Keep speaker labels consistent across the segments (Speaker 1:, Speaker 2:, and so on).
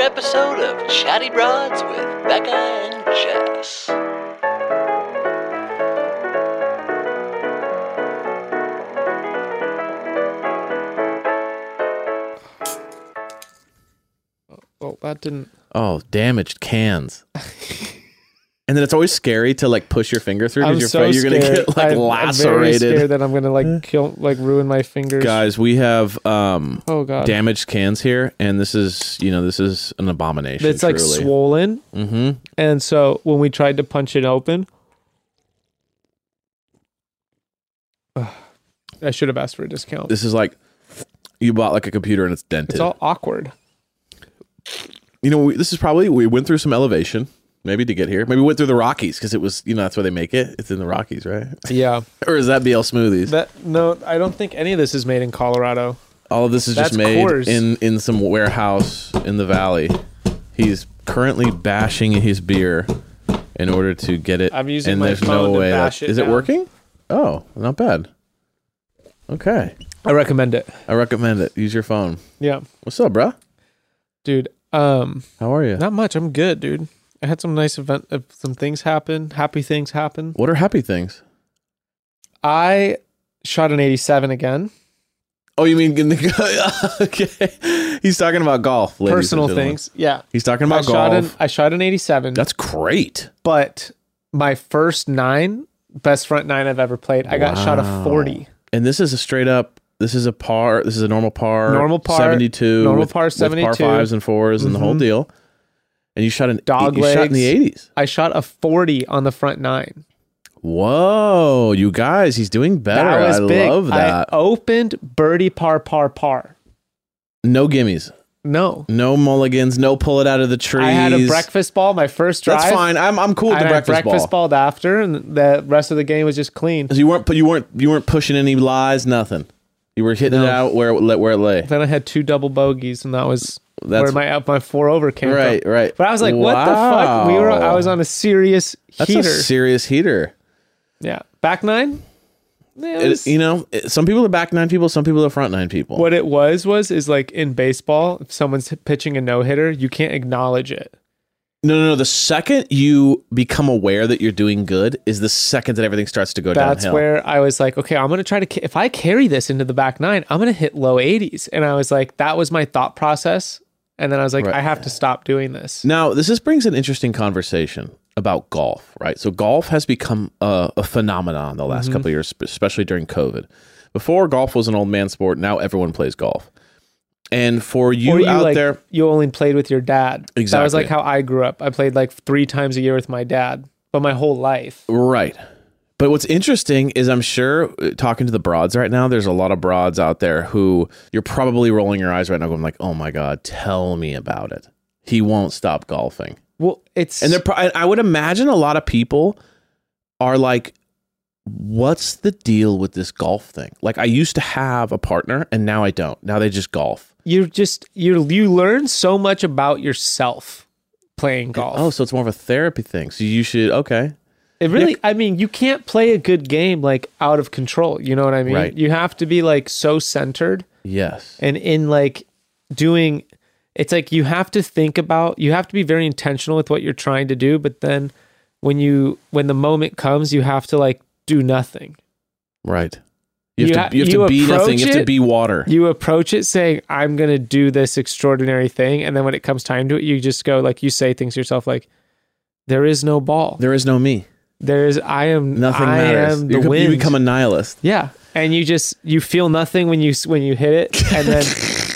Speaker 1: episode of Chatty Broads with Becca and Jess.
Speaker 2: Well, that didn't.
Speaker 3: Oh, damaged cans. and then it's always scary to like push your finger through
Speaker 2: I'm
Speaker 3: because you're
Speaker 2: so
Speaker 3: afraid you're gonna
Speaker 2: scared.
Speaker 3: get like
Speaker 2: I'm- I'm very scared
Speaker 3: lacerated.
Speaker 2: that I'm gonna like kill, like ruin my fingers.
Speaker 3: Guys, we have um
Speaker 2: Oh god,
Speaker 3: damaged cans here, and this is you know this is an abomination.
Speaker 2: it's like
Speaker 3: truly.
Speaker 2: swollen,
Speaker 3: Mhm.
Speaker 2: and so when we tried to punch it open, Ugh. I should have asked for a discount.
Speaker 3: This is like you bought like a computer and it's dented.
Speaker 2: it's all awkward.
Speaker 3: you know, we, this is probably we went through some elevation maybe to get here. Maybe we went through the Rockies because it was you know that's where they make it. It's in the Rockies, right?
Speaker 2: Yeah,
Speaker 3: or is that BL Smoothies?
Speaker 2: that no, I don't think any of this is made in Colorado.
Speaker 3: All of this is just
Speaker 2: That's
Speaker 3: made
Speaker 2: Coors.
Speaker 3: in in some warehouse in the valley. He's currently bashing his beer in order to get it.
Speaker 2: I'm using my phone to bash it
Speaker 3: Is it
Speaker 2: down.
Speaker 3: working? Oh, not bad. Okay,
Speaker 2: I recommend it.
Speaker 3: I recommend it. Use your phone.
Speaker 2: Yeah,
Speaker 3: What's up, bruh?
Speaker 2: dude. Um,
Speaker 3: How are you?
Speaker 2: not much. I'm good, dude. I had some nice event. Uh, some things happen. Happy things happen.
Speaker 3: What are happy things?
Speaker 2: I shot an 87 again.
Speaker 3: Oh, you mean in the okay? He's talking about golf. ladies and
Speaker 2: Personal
Speaker 3: gentlemen.
Speaker 2: things. Yeah.
Speaker 3: He's talking
Speaker 2: I
Speaker 3: about golf.
Speaker 2: shot, an, I shot an 87,
Speaker 3: That's great.
Speaker 2: but my first nine, best front nine I've ever played, I got shot a 40.
Speaker 3: And this is a straight up. This is a par. This is a normal par.
Speaker 2: Normal par,
Speaker 3: Seventy two.
Speaker 2: normal par 72.
Speaker 3: Par fives and 4s and the whole deal. And you shot an
Speaker 2: Dog
Speaker 3: You shot in
Speaker 2: legs.
Speaker 3: the eighties.
Speaker 2: I shot a 40 on the front nine.
Speaker 3: Whoa, you guys! He's doing better.
Speaker 2: That was
Speaker 3: I
Speaker 2: big.
Speaker 3: love that.
Speaker 2: I opened birdie par par par.
Speaker 3: no gimmies.
Speaker 2: No.
Speaker 3: No mulligans. No pull it out of the trees.
Speaker 2: I had a breakfast ball my first drive.
Speaker 3: That's fine. I'm I'm cool with
Speaker 2: I
Speaker 3: the
Speaker 2: had
Speaker 3: breakfast,
Speaker 2: breakfast
Speaker 3: ball.
Speaker 2: ball. after, and the rest of the game was just clean.
Speaker 3: 'Cause You weren't you weren't you weren't pushing any lies. Nothing. You were hitting
Speaker 2: No.
Speaker 3: it out where it let where it lay.
Speaker 2: Then I had two double bogeys, and that was where
Speaker 3: That's-
Speaker 2: my up my four over came from.
Speaker 3: Right, right.
Speaker 2: But I was like, what the fuck? We were I
Speaker 3: Wow.
Speaker 2: was on a serious
Speaker 3: That's
Speaker 2: heater.
Speaker 3: a serious heater.
Speaker 2: yeah. Back nine? Yeah, it
Speaker 3: It-
Speaker 2: was-
Speaker 3: you know, it- some people are back nine people, some people are front nine people.
Speaker 2: what it was was is like in baseball, if someone's hit- pitching a no hitter, you can't acknowledge it.
Speaker 3: No, no, no. The second you become aware that you're doing good is the second that everything starts to go
Speaker 2: That's
Speaker 3: downhill.
Speaker 2: where I was like, okay, I'm gonna try to ca- if I carry this into the back nine, I'm gonna hit low 80s. And I was like, that was my thought process. And then I was like,
Speaker 3: Right.
Speaker 2: I have to stop doing this.
Speaker 3: now, this is, brings an interesting conversation about golf, right? So, golf has become a, a phenomenon the
Speaker 2: Mm-hmm.
Speaker 3: last couple of years, especially during COVID. Before, golf was an old man sport. Now, everyone plays golf. And for you,
Speaker 2: or you
Speaker 3: out
Speaker 2: like
Speaker 3: there,
Speaker 2: you only played with your dad. That was
Speaker 3: Exactly.
Speaker 2: like how I grew up. I played like three times a year with my dad, but my whole life.
Speaker 3: Right. But what's interesting is I'm sure uh, talking to the broads right now, there's a lot of broads out there who you're probably rolling your eyes right now going like, "Oh my god, tell me about it." He won't stop golfing.
Speaker 2: Well, it's
Speaker 3: And they're pro- I I would imagine a lot of people are like what's the deal with this golf thing? Like I used to have a partner and now I don't. Now they just golf.
Speaker 2: you're just you you learn so much about yourself playing golf.
Speaker 3: Oh, so it's more of a therapy thing. So you should okay.
Speaker 2: it really I mean, you can't play a good game like out of control, you know what I mean?
Speaker 3: Right.
Speaker 2: You have to be like so centered
Speaker 3: Yes.
Speaker 2: and in like doing it's like you have to think about you have to be very intentional with what you're trying to do, but then when you when the moment comes, you have to like do nothing.
Speaker 3: Right. You
Speaker 2: You
Speaker 3: have
Speaker 2: ha-
Speaker 3: to you have
Speaker 2: you
Speaker 3: to be nothing.
Speaker 2: approach
Speaker 3: You have to
Speaker 2: it-
Speaker 3: be water.
Speaker 2: You approach it saying, I'm gonna do this extraordinary thing, and then when it comes time to it, you just go like you say things to yourself like there is no ball.
Speaker 3: there is no me.
Speaker 2: There is I am
Speaker 3: Nothing
Speaker 2: I
Speaker 3: matters.
Speaker 2: am
Speaker 3: you,
Speaker 2: the
Speaker 3: become- you
Speaker 2: wind.
Speaker 3: become a nihilist.
Speaker 2: yeah, and you just you feel nothing when you s- when you hit it, and then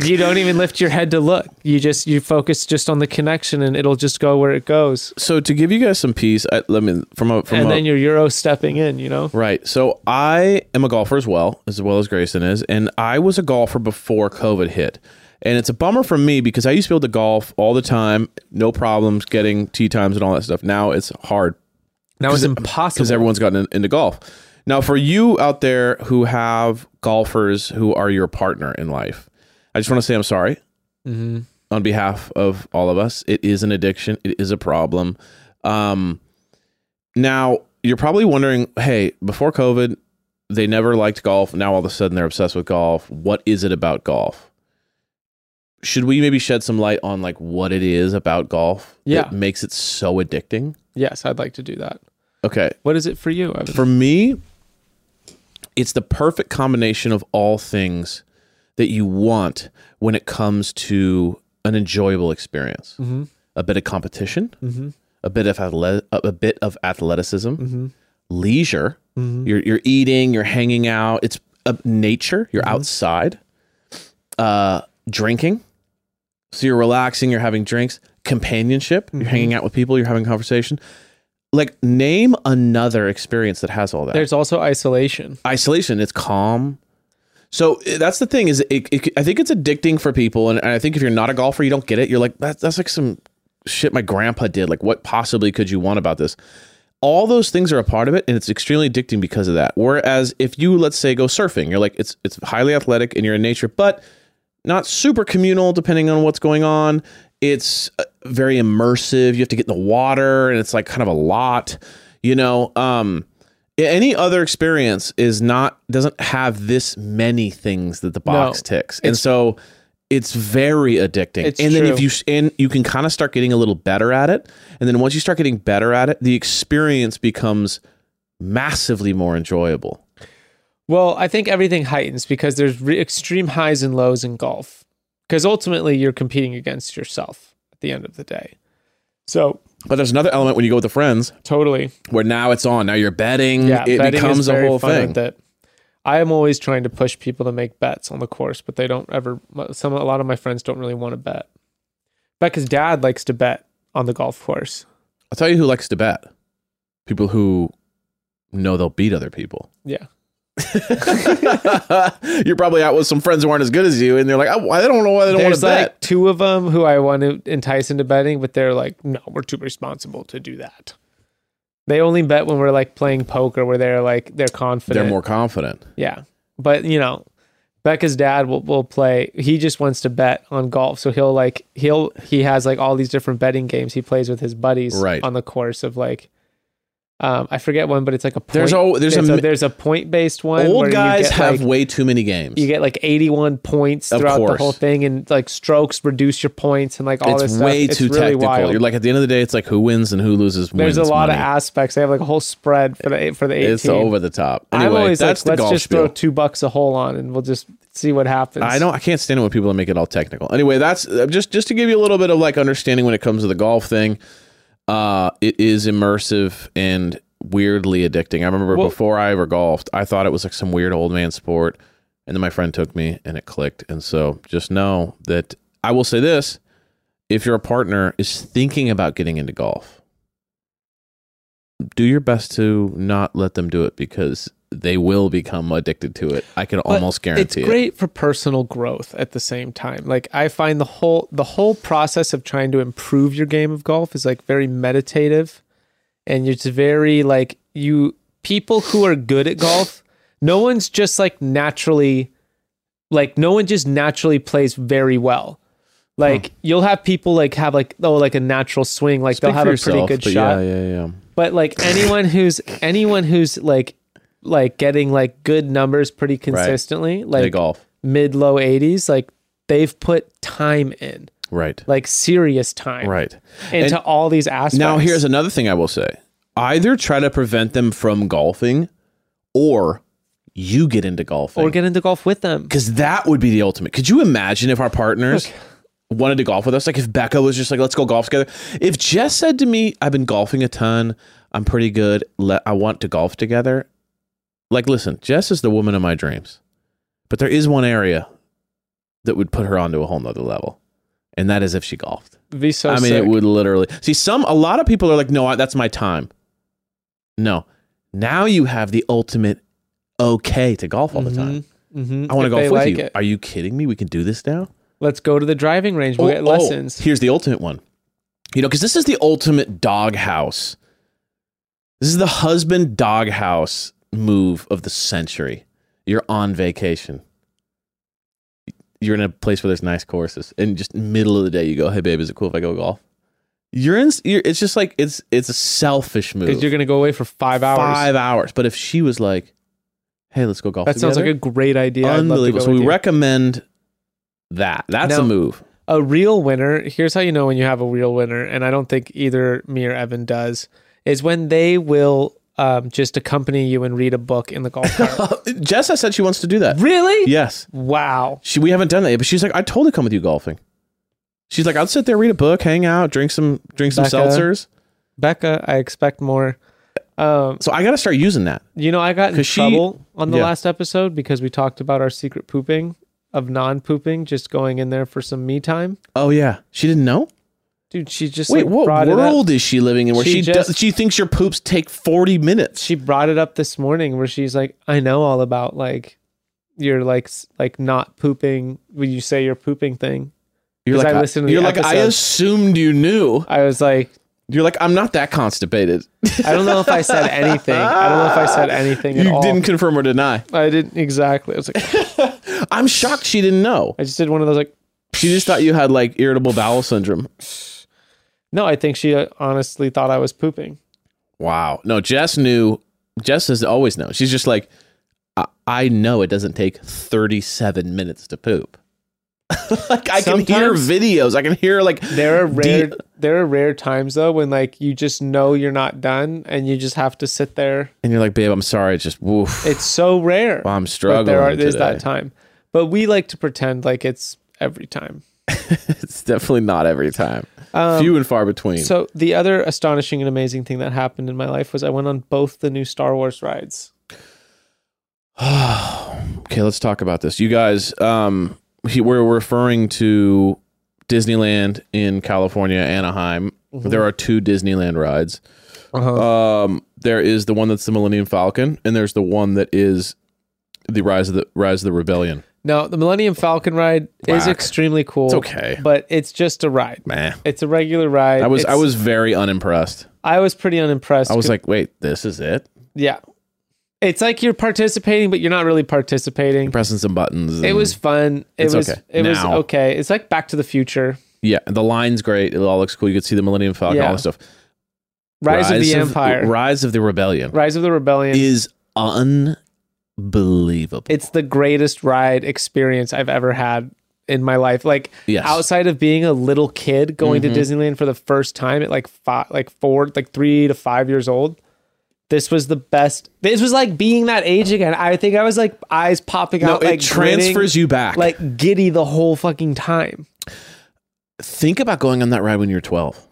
Speaker 2: you don't even lift your head to look. You just you focus just on the connection, and it'll just go where it goes.
Speaker 3: So to give you guys some peace, I, let me from a from
Speaker 2: and
Speaker 3: a,
Speaker 2: then you're euro stepping in, you know.
Speaker 3: right. So I am a golfer as well, as well as Grayson is, and I was a golfer before COVID hit. And it's a bummer for me because I used to be able to golf all the time, no problems getting tee times and all that stuff. Now it's hard
Speaker 2: That was
Speaker 3: because
Speaker 2: impossible.
Speaker 3: everyone's gotten in- into golf. Now, for you out there who have golfers who are your partner in life, I just want to say I'm sorry
Speaker 2: Mm-hmm.
Speaker 3: on behalf of all of us. It is an addiction. It is a problem. Um, now, you're probably wondering, hey, before COVID, they never liked golf. Now all of a sudden they're obsessed with golf. What is it about golf? should we maybe shed some light on like what it is about golf
Speaker 2: Yeah.
Speaker 3: that makes it so addicting?
Speaker 2: Yes, I'd like to do that.
Speaker 3: Okay.
Speaker 2: What is it for you, Evan?
Speaker 3: For me, it's the perfect combination of all things that you want when it comes to an enjoyable experience.
Speaker 2: Mm-hmm.
Speaker 3: A bit of competition, a bit of athle- a bit of athleticism, leisure. You're you're eating, you're hanging out. It's uh, nature. You're outside. Uh, drinking. So you're relaxing. You're having drinks. Companionship. You're hanging out with people. You're having conversation. Like name another experience that has all that
Speaker 2: There's also isolation.
Speaker 3: isolation. It's calm. So eh, that's the thing is it, it, I think it's addicting for people, and, and I think if you're not a golfer, you don't get it. You're like that's that's like some shit my grandpa did. Like what possibly could you want about this? All those things are a part of it, and it's extremely addicting because of that. Whereas if you let's say go surfing, you're like it's it's highly athletic and you're in nature, but not super communal depending on what's going on. It's uh, very immersive. You have to get in the water and it's like kind of a lot, you know. Um any other experience is not doesn't have this many things that the box ticks. And so it's very addicting.
Speaker 2: It's
Speaker 3: and then
Speaker 2: true.
Speaker 3: if you s- and you can kind of start getting a little better at it, and then once you start getting better at it, the experience becomes massively more enjoyable.
Speaker 2: Well, I think everything heightens because there's re- extreme highs and lows in golf. Because ultimately, you're competing against yourself at the end of the day. So
Speaker 3: But there's another element when you go with the friends
Speaker 2: totally,
Speaker 3: where now it's on. Now you're betting.
Speaker 2: yeah.
Speaker 3: Mm, it
Speaker 2: betting
Speaker 3: becomes
Speaker 2: is
Speaker 3: a
Speaker 2: very
Speaker 3: whole
Speaker 2: fun
Speaker 3: thing.
Speaker 2: with it. I am always trying to push people to make bets on the course, but they don't ever. Some a lot of my friends don't really want to bet. Becca's dad likes to bet on the golf course.
Speaker 3: I'll tell you who likes to bet. People who know they'll beat other people.
Speaker 2: Yeah,
Speaker 3: You're probably out with some friends who aren't as good as you, and they're like, I, I don't know why they don't want
Speaker 2: there's
Speaker 3: to
Speaker 2: like
Speaker 3: bet.
Speaker 2: two of them who I want to entice into betting, but they're like, no, we're too responsible to do that. They only bet when we're like playing poker, where they're like they're confident.
Speaker 3: They're more confident.
Speaker 2: yeah. But you know, Becca's dad will will play. He just wants to bet on golf, so he'll like he'll he has like all these different betting games he plays with his buddies
Speaker 3: Right.
Speaker 2: on the course of like. Um, I forget one, but it's like a point.
Speaker 3: There's al- there's a
Speaker 2: it's
Speaker 3: mi-
Speaker 2: there's a point based one. where
Speaker 3: Old
Speaker 2: you
Speaker 3: guys
Speaker 2: get,
Speaker 3: have
Speaker 2: like-
Speaker 3: way too many games.
Speaker 2: you get like 81 points
Speaker 3: Of
Speaker 2: throughout the
Speaker 3: course.
Speaker 2: whole thing and like strokes reduce your points and like all
Speaker 3: it's
Speaker 2: this stuff.
Speaker 3: way
Speaker 2: it's
Speaker 3: too
Speaker 2: really
Speaker 3: technical.
Speaker 2: Wild.
Speaker 3: You're like at the end of the day, it's like who wins and who loses.
Speaker 2: There's
Speaker 3: wins
Speaker 2: a lot of
Speaker 3: money.
Speaker 2: aspects. They have like a whole spread for the for the 18.
Speaker 3: It's over the top.
Speaker 2: I'm
Speaker 3: Anyway,
Speaker 2: always like,
Speaker 3: that's the
Speaker 2: let's
Speaker 3: golf
Speaker 2: just
Speaker 3: spiel.
Speaker 2: throw two bucks a hole on and we'll just see what happens.
Speaker 3: I don't. I can't stand it when people make it all technical. Anyway, that's uh, just just to give you a little bit of like understanding when it comes to the golf thing. Uh, it is immersive and weirdly addicting. I remember
Speaker 2: Well-
Speaker 3: before I ever golfed, I thought it was like some weird old man sport, and then my friend took me and it clicked. And so just know that I will say this: if your partner is thinking about getting into golf, do your best to not let them do it because they will become addicted to it. I can
Speaker 2: But
Speaker 3: almost guarantee
Speaker 2: It's
Speaker 3: it.
Speaker 2: great for personal growth at the same time. Like I find the whole the whole process of trying to improve your game of golf is like very meditative and it's very like you people who are good at golf, no one's just like naturally like no one just naturally plays very well. Like you'll have people like have like oh like a natural swing, like
Speaker 3: Speak
Speaker 2: they'll have
Speaker 3: for
Speaker 2: a pretty
Speaker 3: yourself,
Speaker 2: good
Speaker 3: but
Speaker 2: shot
Speaker 3: Yeah, yeah, yeah.
Speaker 2: but like anyone who's anyone who's like like getting like good numbers pretty consistently
Speaker 3: Play
Speaker 2: like
Speaker 3: golf.
Speaker 2: mid low 80s like they've put time in
Speaker 3: Right.
Speaker 2: like serious time
Speaker 3: Right.
Speaker 2: into all these aspects
Speaker 3: Now here's another thing I will say. Either try to prevent them from golfing or you get into golfing.
Speaker 2: or get into golf with them
Speaker 3: Cuz that would be the ultimate. Could you imagine if our partners wanted to golf with us? Like if Becca was just like let's go golf together. If Jess said to me, I've been golfing a ton, I'm pretty good, let, I want to golf together. Like listen, Jess is the woman of my dreams. But there is one area that would put her onto a whole nother level. And that is if she golfed.
Speaker 2: be so
Speaker 3: I mean,
Speaker 2: sick.
Speaker 3: it would literally see some. A lot of people are like, "No, I, that's my time." No, now you have the ultimate okay to golf all the time.
Speaker 2: Mhm.
Speaker 3: I want to
Speaker 2: If they
Speaker 3: golf with
Speaker 2: like
Speaker 3: you.
Speaker 2: it.
Speaker 3: Are you kidding me? We can do this now.
Speaker 2: let's go to the driving range we'll get
Speaker 3: Oh, oh,
Speaker 2: lessons
Speaker 3: here's the ultimate one. You know, because this is the ultimate doghouse. This is the husband doghouse move of the century. You're on vacation. You're in a place where there's nice courses, and just middle of the day, you go, "Hey, babe, is it cool if I go golf?" You're in. You're, it's just like it's it's a selfish move.
Speaker 2: because you're gonna go away for five hours
Speaker 3: Five hours. But if she was like, "Hey, let's go golf,"
Speaker 2: that sounds like a great idea I'd love to
Speaker 3: unbelievable.
Speaker 2: go
Speaker 3: So
Speaker 2: with
Speaker 3: we
Speaker 2: you.
Speaker 3: recommend that. That's a
Speaker 2: Now-
Speaker 3: move.
Speaker 2: A real winner, here's how you know when you have a real winner, and I don't think either me or Evan does, is when they will um, just accompany you and read a book in the golf cart.
Speaker 3: uh, Jessa said she wants to do that.
Speaker 2: really?
Speaker 3: Yes.
Speaker 2: Wow.
Speaker 3: She, we haven't done that yet, but she's like, I'd totally come with you golfing. She's like, I'll sit there, read a book, hang out, drink some drink some
Speaker 2: Becca.
Speaker 3: seltzers.
Speaker 2: Becca, I expect more. Um,
Speaker 3: So I gotta start using that.
Speaker 2: you know, I got in
Speaker 3: 'Cause she-
Speaker 2: trouble on the
Speaker 3: yeah.
Speaker 2: last episode because we talked about our secret pooping of non pooping, just going in there for some me time.
Speaker 3: Oh yeah. She didn't know?
Speaker 2: Dude, she just
Speaker 3: Wait,
Speaker 2: like,
Speaker 3: what
Speaker 2: brought it up.
Speaker 3: world is she living in where
Speaker 2: She
Speaker 3: she
Speaker 2: just-
Speaker 3: does, she thinks your poops take 40 minutes?
Speaker 2: she brought it up this morning where she's like, I know all about like your like s- like not pooping when you say your pooping thing.
Speaker 3: You're
Speaker 2: 'Cause
Speaker 3: like,
Speaker 2: I
Speaker 3: I,
Speaker 2: listened to the
Speaker 3: you're like I
Speaker 2: episode.
Speaker 3: assumed you knew.
Speaker 2: I was like,
Speaker 3: You're like, I'm not that constipated.
Speaker 2: I don't know if I said anything. I don't know if I said anything at
Speaker 3: you
Speaker 2: all.
Speaker 3: didn't confirm or deny.
Speaker 2: I didn't exactly. I was like,
Speaker 3: I'm shocked she didn't know.
Speaker 2: I just did one of those like.
Speaker 3: She just thought you had like irritable bowel syndrome.
Speaker 2: No, I think she uh, honestly thought I was pooping.
Speaker 3: Wow. No, Jess knew. Jess has always known. She's just like, I, I know it doesn't take 37 minutes to poop. like I can hear
Speaker 2: Sometimes-
Speaker 3: videos. I can hear like
Speaker 2: There are
Speaker 3: Do you-
Speaker 2: rare there are rare times though when like you just know you're not done and you just have to sit there.
Speaker 3: and you're like, babe, I'm sorry. It's just woof.
Speaker 2: It's so rare.
Speaker 3: I'm
Speaker 2: but
Speaker 3: struggling.
Speaker 2: there are
Speaker 3: today.
Speaker 2: there's that time. But we like to pretend like it's every time.
Speaker 3: it's definitely not every time.
Speaker 2: Um,
Speaker 3: Few and far between.
Speaker 2: So the other astonishing and amazing thing that happened in my life was I went on both the new Star Wars rides.
Speaker 3: okay, let's talk about this. You guys, um, he, we're referring to Disneyland in California, Anaheim.
Speaker 2: Mm-hmm.
Speaker 3: There are two Disneyland rides. Um, there is the one that's the Millennium Falcon, and there's the one that is the Rise of the Rise of the Rebellion.
Speaker 2: Now the Millennium Falcon ride is
Speaker 3: Whack.
Speaker 2: extremely cool.
Speaker 3: It's okay.
Speaker 2: but it's just a ride.
Speaker 3: Man,
Speaker 2: It's a regular ride.
Speaker 3: I was I
Speaker 2: It's-
Speaker 3: was very unimpressed.
Speaker 2: I was pretty unimpressed.
Speaker 3: I was like, wait, this is it?
Speaker 2: yeah, it's like you're participating, but you're not really participating.
Speaker 3: Pressing some buttons.
Speaker 2: It
Speaker 3: and-
Speaker 2: was fun. It
Speaker 3: It's
Speaker 2: was
Speaker 3: okay.
Speaker 2: it
Speaker 3: Now.
Speaker 2: was okay. It's like Back to the Future.
Speaker 3: yeah. The line's great. It all looks cool. You could see the Millennium Falcon,
Speaker 2: Yeah.
Speaker 3: all that stuff.
Speaker 2: Rise, of the Empire.
Speaker 3: Rise of the Rebellion
Speaker 2: Rise of the Rebellion.
Speaker 3: is unbelievable.
Speaker 2: it's the greatest ride experience I've ever had in my life. Like
Speaker 3: Yes. Mm-hmm.
Speaker 2: outside of being a little kid going to Disneyland for the first time at like five, like four, like three to five years old. This was the best. This was like being that age again. I think I was like eyes popping
Speaker 3: no,
Speaker 2: out.
Speaker 3: it
Speaker 2: like
Speaker 3: transfers
Speaker 2: grinning,
Speaker 3: you back.
Speaker 2: like giddy the whole fucking time.
Speaker 3: think about going on that ride when you're 12.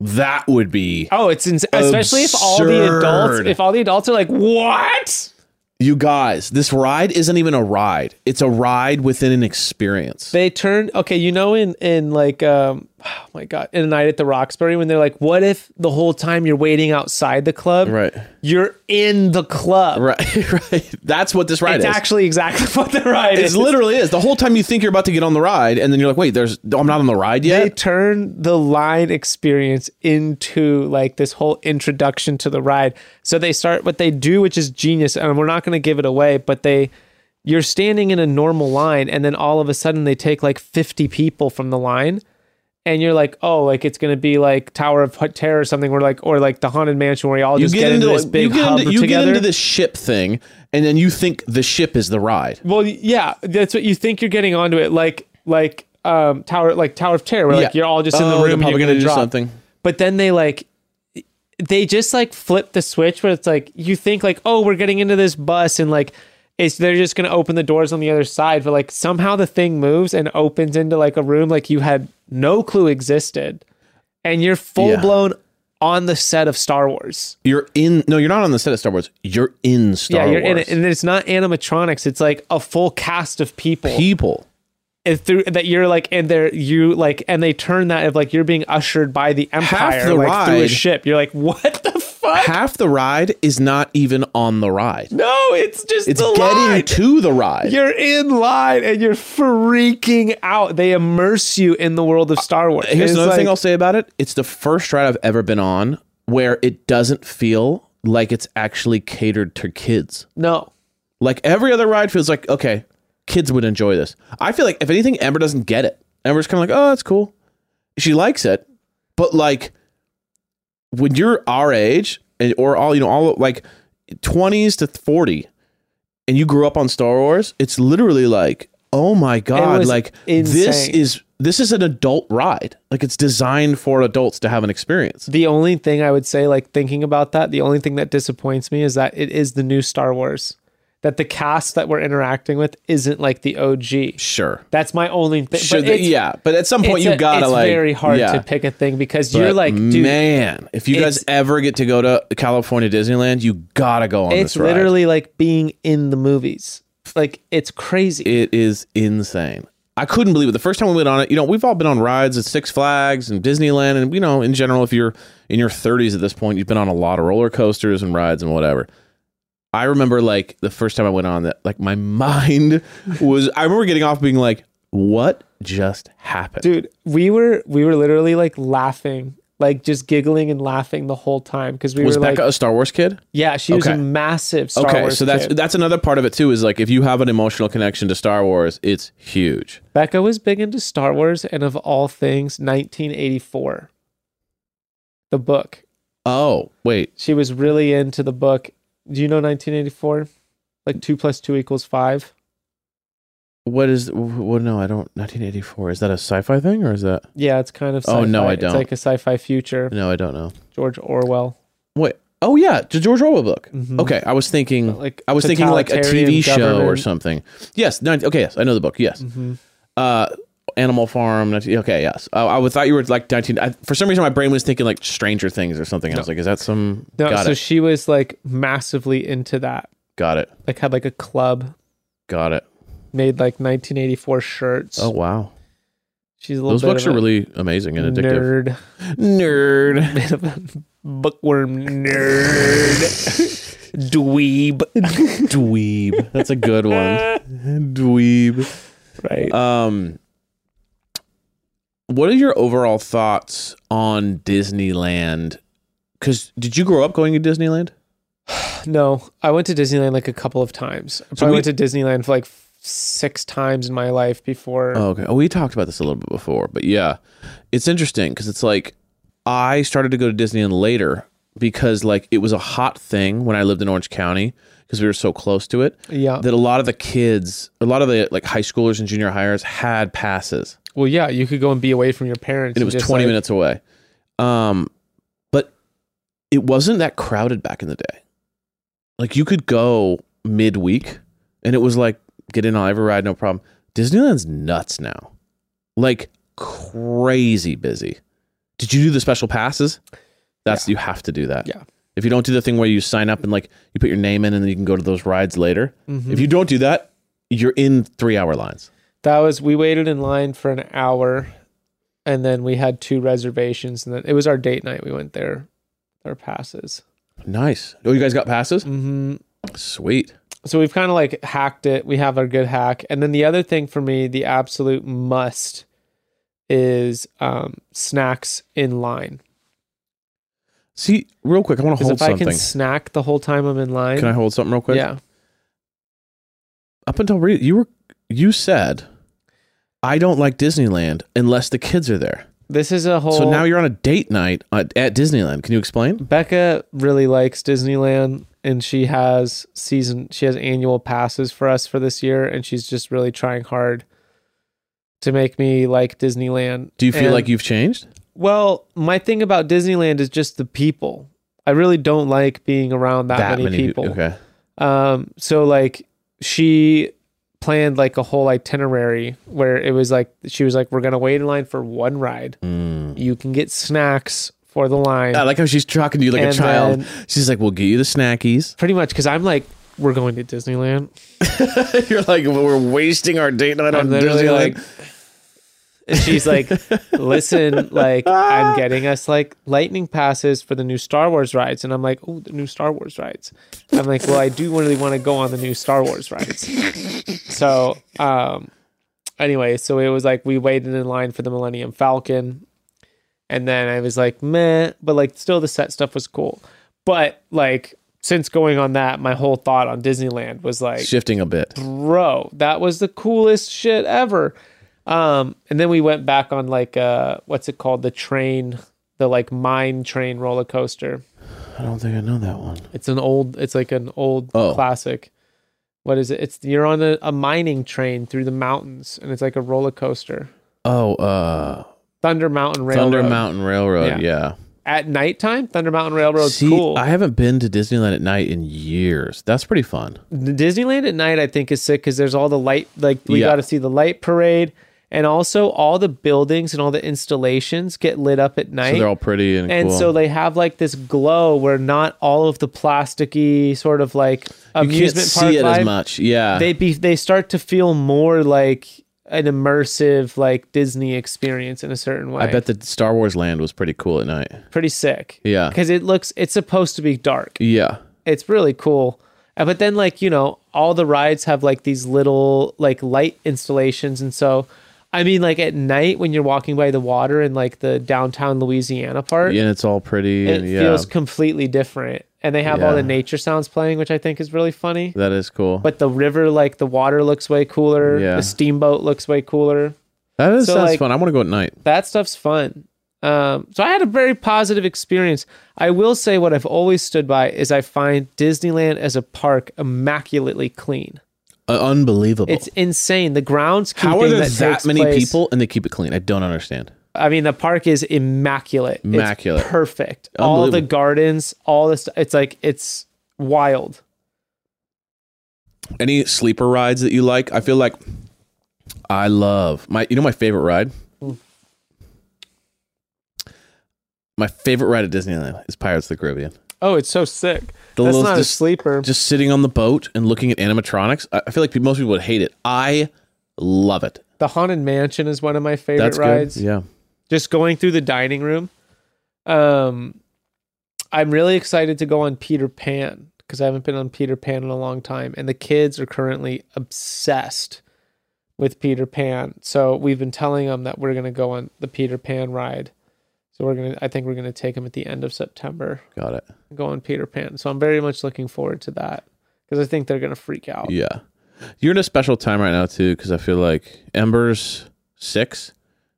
Speaker 3: That would be
Speaker 2: Oh, it's ins- especially if all the adults,
Speaker 3: Absurd.
Speaker 2: if all the adults are like, what?
Speaker 3: you guys. This ride isn't even a ride; it's a ride within an experience.
Speaker 2: They turned okay, you know, in in like um, oh my god, in a night at the Roxbury when they're like, what if the whole time you're waiting outside the club,
Speaker 3: right,
Speaker 2: You're in the club.
Speaker 3: right, right. That's what this ride
Speaker 2: It's
Speaker 3: is.
Speaker 2: actually exactly what the ride
Speaker 3: it
Speaker 2: is.
Speaker 3: literally is. The whole time you think you're about to get on the ride, and then you're like, "Wait, there's I'm not on the ride
Speaker 2: They
Speaker 3: yet."
Speaker 2: turned the line experience into like this whole introduction to the ride. So they start what they do, which is genius, and we're not going to give it away, but they. You're standing in a normal line, and then all of a sudden they take like 50 people from the line, and you're like, oh, like it's gonna be like Tower of Terror or something, or like or like the Haunted Mansion where you all
Speaker 3: You
Speaker 2: just get, into, this
Speaker 3: like,
Speaker 2: big
Speaker 3: you get
Speaker 2: hub
Speaker 3: into, you
Speaker 2: together.
Speaker 3: get into this ship thing, and then you think the ship is the ride.
Speaker 2: Well, yeah, that's what you think you're getting onto it, like like um tower like Tower of Terror, where like
Speaker 3: Yeah.
Speaker 2: you're all just in the
Speaker 3: Oh,
Speaker 2: room
Speaker 3: they're
Speaker 2: and
Speaker 3: probably
Speaker 2: you're gonna
Speaker 3: gonna do
Speaker 2: drop.
Speaker 3: something.
Speaker 2: But then they like they just like flip the switch where it's like you think like oh we're getting into this bus and like it's they're just gonna open the doors on the other side, but like somehow the thing moves and opens into like a room like you had no clue existed, and you're full blown on the set of Star Wars.
Speaker 3: You're in. No, you're not on the set of Star Wars. You're in Star
Speaker 2: yeah, you're
Speaker 3: Wars.
Speaker 2: in it, and it's not animatronics. It's like a full cast of people.
Speaker 3: People.
Speaker 2: it through that you're like and they're you like and they turn that of like you're being ushered by the empire
Speaker 3: the
Speaker 2: like through a
Speaker 3: ride-
Speaker 2: ship you're like what the fuck
Speaker 3: half the ride is not even on the ride.
Speaker 2: no it's just
Speaker 3: It's
Speaker 2: the
Speaker 3: getting
Speaker 2: line
Speaker 3: to the ride.
Speaker 2: you're in line and you're freaking out they immerse you in the world of star wars
Speaker 3: Uh, Here's
Speaker 2: It's
Speaker 3: another thing
Speaker 2: like-
Speaker 3: I'll say about it. It's the first ride I've ever been on where it doesn't feel like it's actually catered to kids.
Speaker 2: no
Speaker 3: Like every other ride feels like, okay, kids would enjoy this. I feel like if anything, Amber doesn't get it. Amber's kind of like, oh, that's cool. She likes it. But like when you're our age and or all, you know, all like 20s to 40 and you grew up on Star Wars, it's literally like, oh my God,
Speaker 2: was
Speaker 3: like
Speaker 2: insane.
Speaker 3: this is this is an adult ride. Like it's designed for adults to have an experience.
Speaker 2: The only thing I would say, like thinking about that, the only thing that disappoints me is that it is the new Star Wars. That the cast that we're interacting with isn't like the OG.
Speaker 3: Sure.
Speaker 2: That's my only thing.
Speaker 3: Sure.
Speaker 2: but it's,
Speaker 3: yeah. But at some
Speaker 2: it's
Speaker 3: point you
Speaker 2: a-
Speaker 3: gotta
Speaker 2: it's
Speaker 3: like
Speaker 2: very hard
Speaker 3: yeah.
Speaker 2: to pick a thing because
Speaker 3: But
Speaker 2: you're like, dude,
Speaker 3: man, if you guys
Speaker 2: it's-
Speaker 3: ever get to go to California Disneyland, you gotta go on
Speaker 2: it's
Speaker 3: this ride.
Speaker 2: literally like being in the movies. Like it's crazy.
Speaker 3: It is insane. I couldn't believe it. The first time we went on it, you know, we've all been on rides at Six Flags and Disneyland, and you know, in general, if you're in your 30s at this point, you've been on a lot of roller coasters and rides and whatever. I remember like the first time I went on that, like my mind was. I remember getting off being like, "What just happened?"
Speaker 2: dude we were we were literally like laughing like just giggling and laughing the whole time because we
Speaker 3: was
Speaker 2: were
Speaker 3: Becca
Speaker 2: like
Speaker 3: a Star Wars kid?
Speaker 2: yeah she was a
Speaker 3: Okay.
Speaker 2: massive star
Speaker 3: okay,
Speaker 2: wars
Speaker 3: so that's
Speaker 2: kid.
Speaker 3: that's another part of it too. Is like if you have an emotional connection to Star Wars, it's huge.
Speaker 2: becca was big into star wars and of all things 1984 the book
Speaker 3: Oh wait,
Speaker 2: she was really into the book do you know 1984 like two plus two equals five
Speaker 3: What is what? No, I don't. 1984. Is that a sci-fi thing or is that?
Speaker 2: yeah it's kind of
Speaker 3: Oh, no,
Speaker 2: sci-fi.
Speaker 3: I
Speaker 2: it's
Speaker 3: don't.
Speaker 2: like a sci-fi future
Speaker 3: No, I don't know.
Speaker 2: george orwell
Speaker 3: Wait. Oh yeah, the George Orwell book.
Speaker 2: Mhm.
Speaker 3: Okay, I was thinking.
Speaker 2: like
Speaker 3: Mm. I was thinking like a
Speaker 2: totalitarian
Speaker 3: TV show or
Speaker 2: government.
Speaker 3: something. Yes. No, okay. Yes, I know the book. Yes.
Speaker 2: Mhm.
Speaker 3: Uh, Animal Farm. 19 Okay. Yes. Uh, I would thought you were like 19. I, for some reason, my brain was thinking like Stranger Things or something. I was like, is that some?
Speaker 2: no
Speaker 3: got
Speaker 2: so
Speaker 3: it.
Speaker 2: she was like massively into that
Speaker 3: got it.
Speaker 2: like had like a club
Speaker 3: Got it.
Speaker 2: made like 1984 shirts.
Speaker 3: Oh wow,
Speaker 2: she's a little
Speaker 3: those
Speaker 2: bit
Speaker 3: books
Speaker 2: of
Speaker 3: are
Speaker 2: a
Speaker 3: really amazing and addictive.
Speaker 2: nerd,
Speaker 3: Nerd.
Speaker 2: bit of a bookworm nerd, dweeb,
Speaker 3: Dweeb. That's a good one. Dweeb.
Speaker 2: right?
Speaker 3: Um, what are your overall thoughts on Disneyland? Because did you grow up going to Disneyland?
Speaker 2: Uh, no, I went to Disneyland like a couple of times. I probably
Speaker 3: we-
Speaker 2: went to Disneyland for like f- six times in my life before.
Speaker 3: Oh, okay. Oh, we talked about this a little bit before, but yeah, it's interesting because it's like I started to go to Disneyland later because like it was a hot thing when I lived in Orange County because we were so close to it
Speaker 2: yeah.
Speaker 3: that a lot of the kids, a lot of the like high schoolers and junior hires had passes.
Speaker 2: well, yeah, you could go and be away from your parents.
Speaker 3: and it was
Speaker 2: just,
Speaker 3: 20
Speaker 2: like-
Speaker 3: minutes away. Um, but it wasn't that crowded back in the day. Like you could go midweek and it was like get in on every ride, no problem. Disneyland's nuts now. Like crazy busy. Did you do the special passes? That's you have to do that.
Speaker 2: Yeah.
Speaker 3: If you don't do the thing where you sign up and like you put your name in and then you can go to those rides later.
Speaker 2: Mhm.
Speaker 3: If you don't do that, you're in three hour lines.
Speaker 2: That was we waited in line for an hour, and then we had two reservations, and then it was our date night. We went there, our passes.
Speaker 3: Nice. Oh, you guys got passes?
Speaker 2: Mm-hmm.
Speaker 3: Sweet.
Speaker 2: so we've kind of like hacked it. We have our good hack. And then the other thing for me, the absolute must is um, snacks in line.
Speaker 3: See, real quick, I want to
Speaker 2: Because
Speaker 3: hold
Speaker 2: if I
Speaker 3: something.
Speaker 2: can snack the whole time I'm in line,
Speaker 3: Can I hold something real quick?
Speaker 2: yeah,
Speaker 3: Up until re- you were, you said, I don't like Disneyland unless the kids are there.
Speaker 2: this is a whole.
Speaker 3: So now you're on a date night at, at Disneyland. Can you explain?
Speaker 2: Becca really likes Disneyland, and she has season. She has annual passes for us for this year, and she's just really trying hard to make me like Disneyland.
Speaker 3: Do you feel
Speaker 2: And-
Speaker 3: like you've changed?
Speaker 2: Well, my thing about Disneyland is just the people. I really don't like being around that, many, people.
Speaker 3: Okay.
Speaker 2: Um, so like she planned like a whole itinerary where it was like she was like, "We're gonna wait in line for one ride.
Speaker 3: Mm.
Speaker 2: You can get snacks for the line,
Speaker 3: I like how she's talking to you like
Speaker 2: And
Speaker 3: a child.
Speaker 2: then-
Speaker 3: she's like, "We'll get you the snackies."
Speaker 2: pretty much." Because I'm like, "We're going to Disneyland."
Speaker 3: you're like, well, "We're wasting our date night on
Speaker 2: I'm literally
Speaker 3: Disneyland."
Speaker 2: like, and she's like, "Listen, like I'm getting us like lightning passes for the new Star Wars rides," and I'm like, "Oh, the new Star Wars rides." I'm like, "Well, I do really want to go on the new Star Wars rides." so, um, anyway, so it was like we waited in line for the Millennium Falcon, and then I was like, "Meh," but like still the set stuff was cool, but like. Since going on that, my whole thought on Disneyland was like
Speaker 3: Shifting a bit.
Speaker 2: bro, that was the coolest shit ever. Um, and then we went back on like uh, what's it called? The train, the like mine train roller coaster.
Speaker 3: I don't think I know that one.
Speaker 2: It's an old. It's like an old
Speaker 3: Oh.
Speaker 2: classic. What is it? It's you're on a, a mining train through the mountains, and it's like a roller coaster.
Speaker 3: Oh, uh,
Speaker 2: Thunder Mountain Railroad.
Speaker 3: Thunder Mountain Railroad. Yeah.
Speaker 2: At nighttime, Thunder Mountain Railroad's
Speaker 3: See,
Speaker 2: cool.
Speaker 3: I haven't been to Disneyland at night in years. That's pretty fun.
Speaker 2: the Disneyland at night I think is sick because there's all the light like we
Speaker 3: Yeah.
Speaker 2: got to see the light parade and also all the buildings and all the installations get lit up at night.
Speaker 3: So they're all pretty and,
Speaker 2: and
Speaker 3: cool.
Speaker 2: so they have like this glow where not all of the plasticky sort of like
Speaker 3: you can't
Speaker 2: amusement park
Speaker 3: see it
Speaker 2: vibe,
Speaker 3: as much. Yeah.
Speaker 2: They be they start to feel more like an immersive like Disney experience in a certain way.
Speaker 3: I bet that Star Wars Land was pretty cool at night.
Speaker 2: pretty sick.
Speaker 3: Yeah.
Speaker 2: because it looks it's supposed to be dark.
Speaker 3: Yeah.
Speaker 2: it's really cool. Uh, But then like, you know, all the rides have like these little like light installations and so I mean like at night when you're walking by the water in like the downtown Louisiana part,
Speaker 3: And it's all pretty.
Speaker 2: it
Speaker 3: and yeah.
Speaker 2: feels completely different. And they have all
Speaker 3: Yeah.
Speaker 2: the nature sounds playing, which I think is really funny.
Speaker 3: that is cool.
Speaker 2: But the river, like the water looks way cooler.
Speaker 3: Yeah.
Speaker 2: The steamboat looks way cooler.
Speaker 3: that is,
Speaker 2: so,
Speaker 3: sounds
Speaker 2: like-
Speaker 3: fun. I want to go at night.
Speaker 2: That stuff's fun. Um, so I had a very positive experience. I will say what I've always stood by is I find Disneyland as a park immaculately clean.
Speaker 3: Uh, unbelievable.
Speaker 2: It's insane. The grounds.
Speaker 3: How are there that,
Speaker 2: that, takes
Speaker 3: many
Speaker 2: place-
Speaker 3: people and they keep it clean? I don't understand.
Speaker 2: I mean, the park is immaculate. It's
Speaker 3: Immaculate.
Speaker 2: perfect. All the
Speaker 3: Unbelievable.
Speaker 2: gardens, all this. It's like it's wild.
Speaker 3: Any sleeper rides that you like? I feel like I love my. You know my favorite ride. My favorite ride at Disneyland is Pirates of the Caribbean.
Speaker 2: Oh, it's so sick.
Speaker 3: The
Speaker 2: That's
Speaker 3: little-
Speaker 2: not
Speaker 3: just-
Speaker 2: a sleeper.
Speaker 3: Just sitting on the boat and looking at animatronics. I, I feel like pe- most people would hate it. I love it.
Speaker 2: the Haunted Mansion is one of my favorite
Speaker 3: That's
Speaker 2: rides.
Speaker 3: good. Yeah.
Speaker 2: Just going through the dining room. Um, I'm really excited to go on Peter Pan because I haven't been on Peter Pan in a long time, and the kids are currently obsessed with Peter Pan. So we've been telling them that we're gonna go on the Peter Pan ride. So we're gonna, I think we're gonna take them at the end of September,
Speaker 3: Got it.
Speaker 2: and go on Peter Pan. So I'm very much looking forward to that because I think they're gonna freak out.
Speaker 3: Yeah. You're in a special time right now too, because I feel like Ember's six.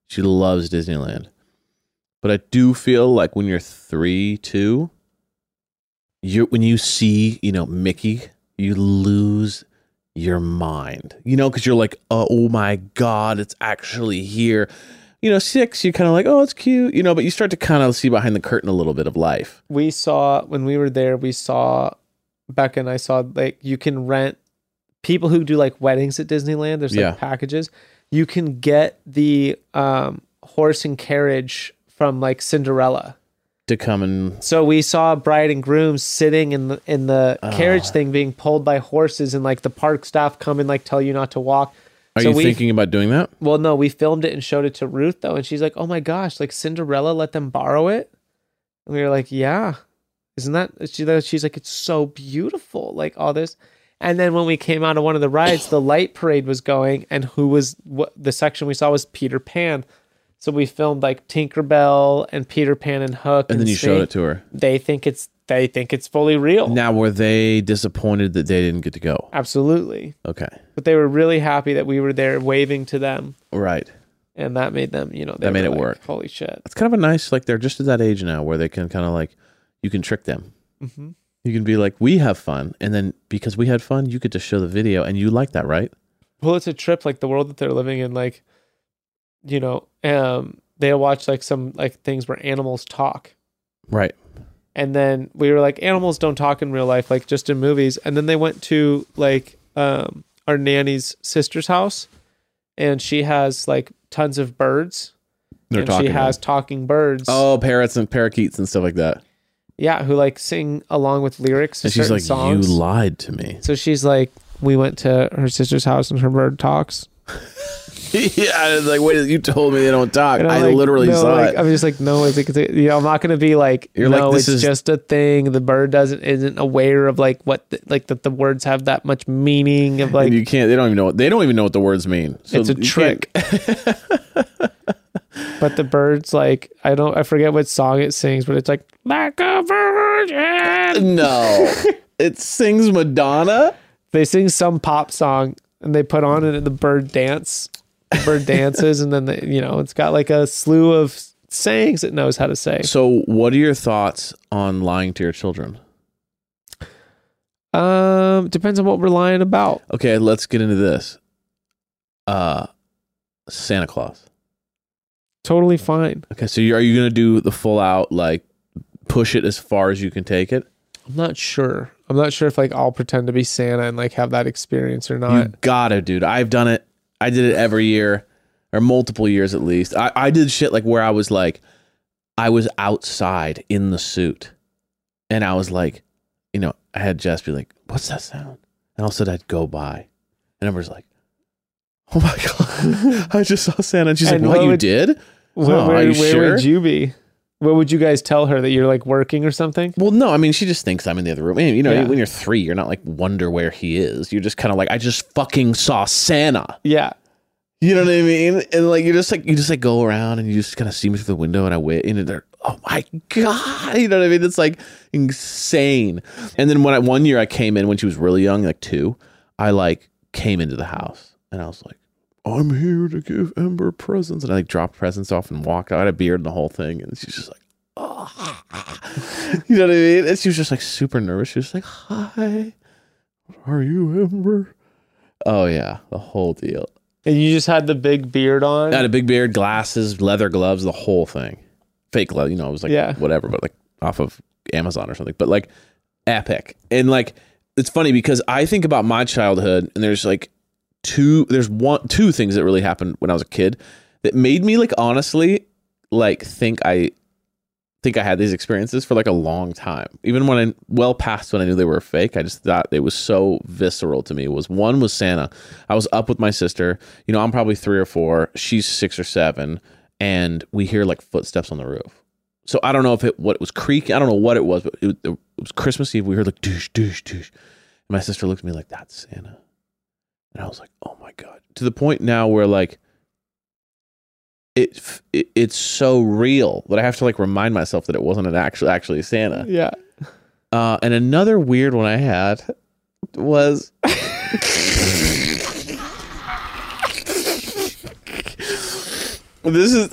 Speaker 3: She loves Disneyland. But I do feel like when you're three, two, you're when you see, you know, Mickey, you lose your mind. You know, because you're like, oh, oh my God, it's actually here. You know, six, you're kind of like, oh, it's cute, you know, but you start to kind of see behind the curtain a little bit of life.
Speaker 2: we saw when we were there we saw becca and i saw like you can rent people who do like weddings at disneyland there's like
Speaker 3: Yeah.
Speaker 2: packages you can get the um horse and carriage from like cinderella
Speaker 3: To come and
Speaker 2: so we saw bride and groom sitting in the in the
Speaker 3: Ah.
Speaker 2: carriage thing being pulled by horses and like the park staff come and like tell you not to walk
Speaker 3: are
Speaker 2: so
Speaker 3: you
Speaker 2: we
Speaker 3: thinking about doing that?
Speaker 2: well no we filmed it and showed it to ruth though and she's like oh my gosh like cinderella let them borrow it and we were like yeah isn't that she, that- she's like it's so beautiful like all this and then when we came out of one of the rides the light parade was going and who was what the section we saw was peter pan so we filmed like tinkerbell and peter pan and hook
Speaker 3: And then you showed it to her.
Speaker 2: they think it's they think it's fully real
Speaker 3: Now, were they disappointed that they didn't get to go?
Speaker 2: absolutely
Speaker 3: Okay,
Speaker 2: but they were really happy that we were there waving to them
Speaker 3: right.
Speaker 2: and that made them you know they
Speaker 3: That made
Speaker 2: were
Speaker 3: it
Speaker 2: like,
Speaker 3: work.
Speaker 2: holy shit
Speaker 3: It's kind of a nice, like they're just at that age now where they can kind of like, you can trick them.
Speaker 2: Mhm.
Speaker 3: You can be like, we have fun, and then because we had fun, you get to show the video, and you like that, right?
Speaker 2: well it's a trip like the world that they're living in like you know um they watch like some like things where animals talk
Speaker 3: Right.
Speaker 2: and then we were like animals don't talk in real life like just in movies and then they went to like um our nanny's sister's house and she has like tons of birds
Speaker 3: They're
Speaker 2: and
Speaker 3: talking.
Speaker 2: she has talking birds
Speaker 3: oh, parrots and parakeets and stuff like that.
Speaker 2: yeah who like sing along with lyrics to
Speaker 3: And she's
Speaker 2: certain
Speaker 3: like,
Speaker 2: songs
Speaker 3: you lied to me.
Speaker 2: so she's like we went to her sister's house and her bird talks
Speaker 3: yeah, I was like, wait, you told me they don't talk.
Speaker 2: And I'm
Speaker 3: I
Speaker 2: like,
Speaker 3: literally
Speaker 2: no,
Speaker 3: saw
Speaker 2: like, uh,
Speaker 3: it.
Speaker 2: I'm just like, no, it's like, it's like- you know, I'm not gonna be like,
Speaker 3: You're like,
Speaker 2: no,
Speaker 3: this
Speaker 2: it's
Speaker 3: is-
Speaker 2: just a thing. The bird doesn't isn't aware of like what, the, like that the words have that much meaning of like
Speaker 3: you can't. They don't even know. What, they don't even know what the words mean. So
Speaker 2: it's a
Speaker 3: you can't-
Speaker 2: trick. but the bird's like, I don't, I forget what song it sings, but it's like like a virgin.
Speaker 3: No, it sings Madonna.
Speaker 2: They sing some pop song and they put on it, and the bird dance, the bird dances, and then the, you know, it's got like a slew of sayings it knows how to say.
Speaker 3: So, what are your thoughts on lying to your children?
Speaker 2: Um, depends on what we're lying about.
Speaker 3: Okay, let's get into this. Uh, Santa Claus.
Speaker 2: totally fine.
Speaker 3: Okay, so you, are you gonna do the full out like push it as far as you can take it?
Speaker 2: I'm not sure. I'm not sure if like I'll pretend to be Santa and like have that experience or
Speaker 3: You
Speaker 2: not.
Speaker 3: gotta, dude. I've done it. I did it every year or multiple years at least. I, I did shit like where I was like, I was outside in the suit and I was like, you know, I had Jess be like, what's that sound? And all of a sudden I'd go by and I was like, oh my God, I just saw Santa. And she's
Speaker 2: And
Speaker 3: like, what
Speaker 2: what
Speaker 3: you
Speaker 2: would-
Speaker 3: did?
Speaker 2: Where,
Speaker 3: Oh, are
Speaker 2: where,
Speaker 3: you
Speaker 2: where
Speaker 3: sure?
Speaker 2: would you be? What would you guys tell her that you're like working or something?
Speaker 3: Well, no, I mean, she just thinks I'm in the other room. I mean, you know,
Speaker 2: Yeah.
Speaker 3: when you're three, you're not like wonder where he is. You're just kind of like, I just fucking saw Santa.
Speaker 2: Yeah.
Speaker 3: You know what I mean? And like you just like you just like go around and you just kind of see me through the window and I wait and they're oh my god, you know what I mean? It's like insane. And then when I one year I came in when she was really young, like two, I like came into the house and I was like, I'm here to give Ember presents and I like dropped presents off and walked. I had a beard and the whole thing and she's just like, oh. you know what I mean? And she was just like super nervous. She was like, hi, are you Ember? Oh yeah, the whole deal.
Speaker 2: And you just had the big beard on.
Speaker 3: I had a big beard, glasses, leather gloves, the whole thing. Fake leather, you know, it was like
Speaker 2: Yeah.
Speaker 3: whatever, but like off of Amazon or something. But like epic. And like it's funny because I think about my childhood and there's like two there's one two things that really happened when I was a kid that made me like honestly like think I think I had these experiences for like a long time. Even when I well past when I knew they were fake, I just thought it was so visceral to me. Was one was Santa. I was up with my sister. You know, I'm probably three or four. She's six or seven, and we hear like footsteps on the roof. So I don't know if it what it was creaking. I don't know what it was, but it, it was Christmas Eve. We heard like douche, douche, douche. And my sister looked at me like that's Santa, and I was like, oh my god. To the point now where like it, f- it it's so real that I have to like remind myself that it wasn't an actual actually Santa.
Speaker 2: yeah.
Speaker 3: Uh, and another weird one I had was this is.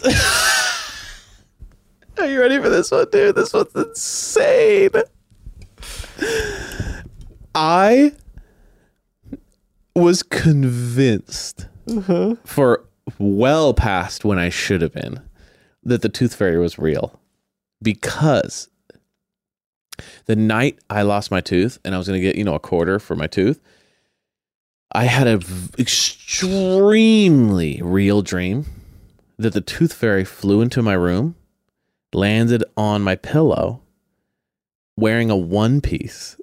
Speaker 3: Are you ready for this one, dude? This one's insane. I was convinced for well past when I should have been that the tooth fairy was real because the night I lost my tooth and I was going to get, you know, a quarter for my tooth, I had a v- extremely real dream that the tooth fairy flew into my room, landed on my pillow wearing a one piece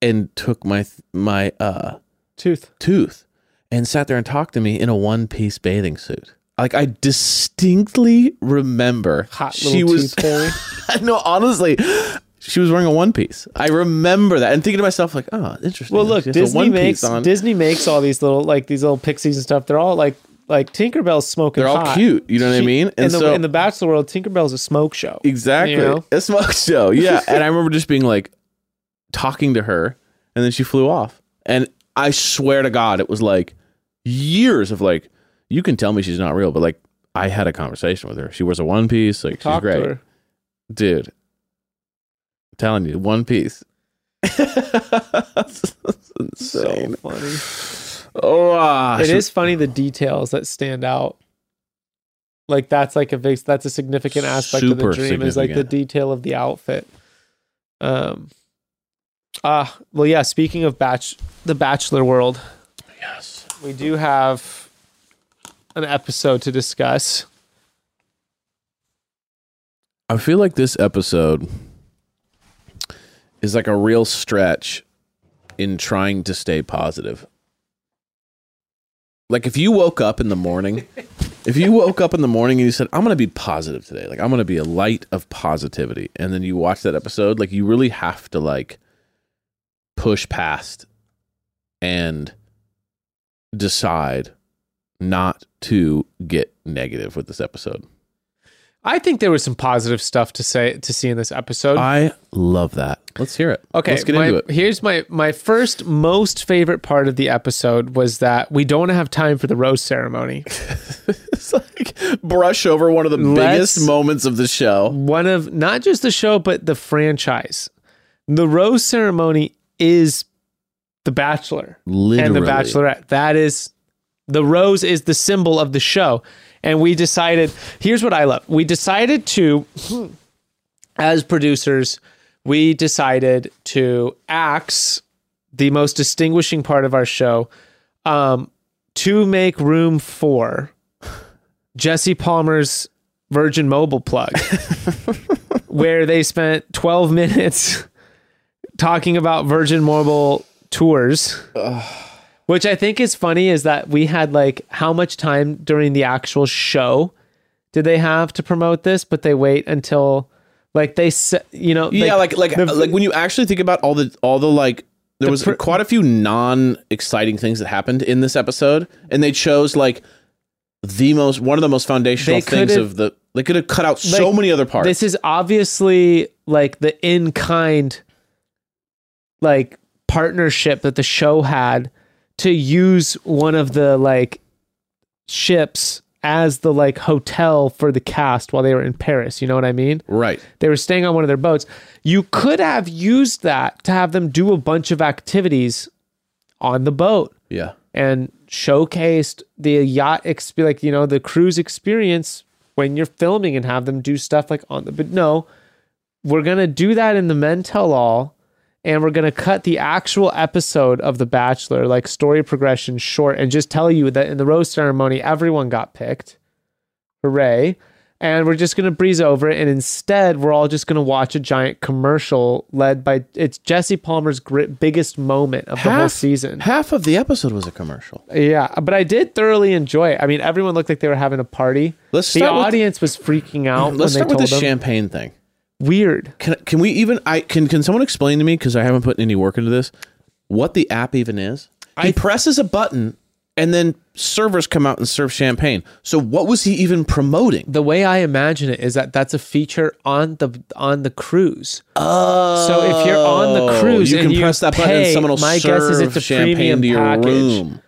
Speaker 3: and took my th- my uh
Speaker 2: Tooth.
Speaker 3: tooth and sat there and talked to me in a one piece bathing suit. Like I distinctly remember
Speaker 2: Hot little
Speaker 3: she was
Speaker 2: tooth fairy.
Speaker 3: no honestly she was wearing a one piece. I remember that and thinking to myself like, oh, interesting.
Speaker 2: Well, look,
Speaker 3: She has a
Speaker 2: Disney makes
Speaker 3: one-piece on.
Speaker 2: Disney makes all these little like these little pixies and stuff. They're all like like Tinkerbell's smoking.
Speaker 3: They're all
Speaker 2: hot.
Speaker 3: cute, you know what I mean?
Speaker 2: in
Speaker 3: And
Speaker 2: the
Speaker 3: so-
Speaker 2: in the Bachelor world, Tinkerbell's a smoke show.
Speaker 3: Exactly.
Speaker 2: You know?
Speaker 3: A smoke show. Yeah. and I remember just being like talking to her and then she flew off. And I swear to God, it was like years of like, you can tell me she's not real, but like I had a conversation with her. She wears a one piece, like
Speaker 2: Talk
Speaker 3: she's great.
Speaker 2: to her.
Speaker 3: Dude. I'm telling you, one piece. That's insane.
Speaker 2: funny.
Speaker 3: Oh, ah,
Speaker 2: It
Speaker 3: she-
Speaker 2: is funny the details that stand out. Like that's like a big that's a significant aspect of the
Speaker 3: Super
Speaker 2: dream is like the
Speaker 3: significant.
Speaker 2: detail of the outfit. Um Ah, well yeah, speaking of batch the bachelor world,
Speaker 3: Yes.
Speaker 2: we do have an episode to discuss.
Speaker 3: I feel like this episode is like a real stretch in trying to stay positive. Like if you woke up in the morning, if you woke up in the morning and you said, "I'm going to be positive today. Like I'm going to be a light of positivity." And then you watch that episode, like you really have to like push past and decide not to get negative with this episode.
Speaker 2: I think there was some positive stuff to say to see in this episode.
Speaker 3: I love that. Let's hear it.
Speaker 2: Okay,
Speaker 3: let's get
Speaker 2: my-
Speaker 3: into it.
Speaker 2: Here's my my first most favorite part of the episode was that we don't have time for the rose ceremony.
Speaker 3: It's like brush over one of the
Speaker 2: Let's-
Speaker 3: biggest moments of the show.
Speaker 2: one of not just the show but the franchise. The rose ceremony is The Bachelor
Speaker 3: Literally,
Speaker 2: and The Bachelorette. That is the rose is the symbol of the show. and we decided here's what I love. We decided to as producers, we decided to axe the most distinguishing part of our show um, to make room for Jesse Palmer's Virgin Mobile plug, where they spent 12 minutes talking about Virgin Mobile tours. Which I think is funny is that we had like how much time during the actual show did they have to promote this, but they wait until like they se- you know
Speaker 3: yeah, like like
Speaker 2: the-
Speaker 3: like when you actually think about all the all the like there was
Speaker 2: pr-
Speaker 3: quite a few non-exciting things that happened in this episode, and they chose like the most one of the most foundational
Speaker 2: They
Speaker 3: things
Speaker 2: could've-
Speaker 3: of the. They could have cut out so
Speaker 2: Like,
Speaker 3: many other parts.
Speaker 2: This is obviously like the in kind like partnership that the show had to use one of the like ships as the like hotel for the cast while they were in Paris, you know what I mean?
Speaker 3: right.
Speaker 2: They were staying on one of their boats. You could have used that to have them do a bunch of activities on the boat
Speaker 3: Yeah.
Speaker 2: and showcased the yacht exp- like you know the cruise experience when you're filming and have them do stuff like on the but no we're gonna do that in the men tell all and we're gonna cut the actual episode of the bachelor like story progression short and just tell you that in the rose ceremony everyone got picked hooray and we're just gonna breeze over it and instead we're all just gonna watch a giant commercial led by it's jesse palmer's gri biggest moment of the whole season
Speaker 3: Half of the episode was a commercial.
Speaker 2: yeah, but I did thoroughly enjoy it. I mean, everyone looked like they were having a party.
Speaker 3: Let's
Speaker 2: the
Speaker 3: start with-
Speaker 2: audience was freaking out
Speaker 3: Let's
Speaker 2: when they
Speaker 3: start with
Speaker 2: told
Speaker 3: this
Speaker 2: them.
Speaker 3: champagne thing.
Speaker 2: Weird.
Speaker 3: Can can we even? I can. Can someone explain to me because I haven't put any work into this? What the app even is? He presses a button, and then servers come out and serve champagne. So what was he even promoting?
Speaker 2: The way I imagine it is that that's a feature on the on the cruise.
Speaker 3: Oh,
Speaker 2: So if you're on the cruise
Speaker 3: you
Speaker 2: and
Speaker 3: can
Speaker 2: you
Speaker 3: press that button, and
Speaker 2: pay,
Speaker 3: someone will
Speaker 2: my
Speaker 3: serve
Speaker 2: guess is it's a
Speaker 3: champagne
Speaker 2: premium
Speaker 3: to your
Speaker 2: package.
Speaker 3: room.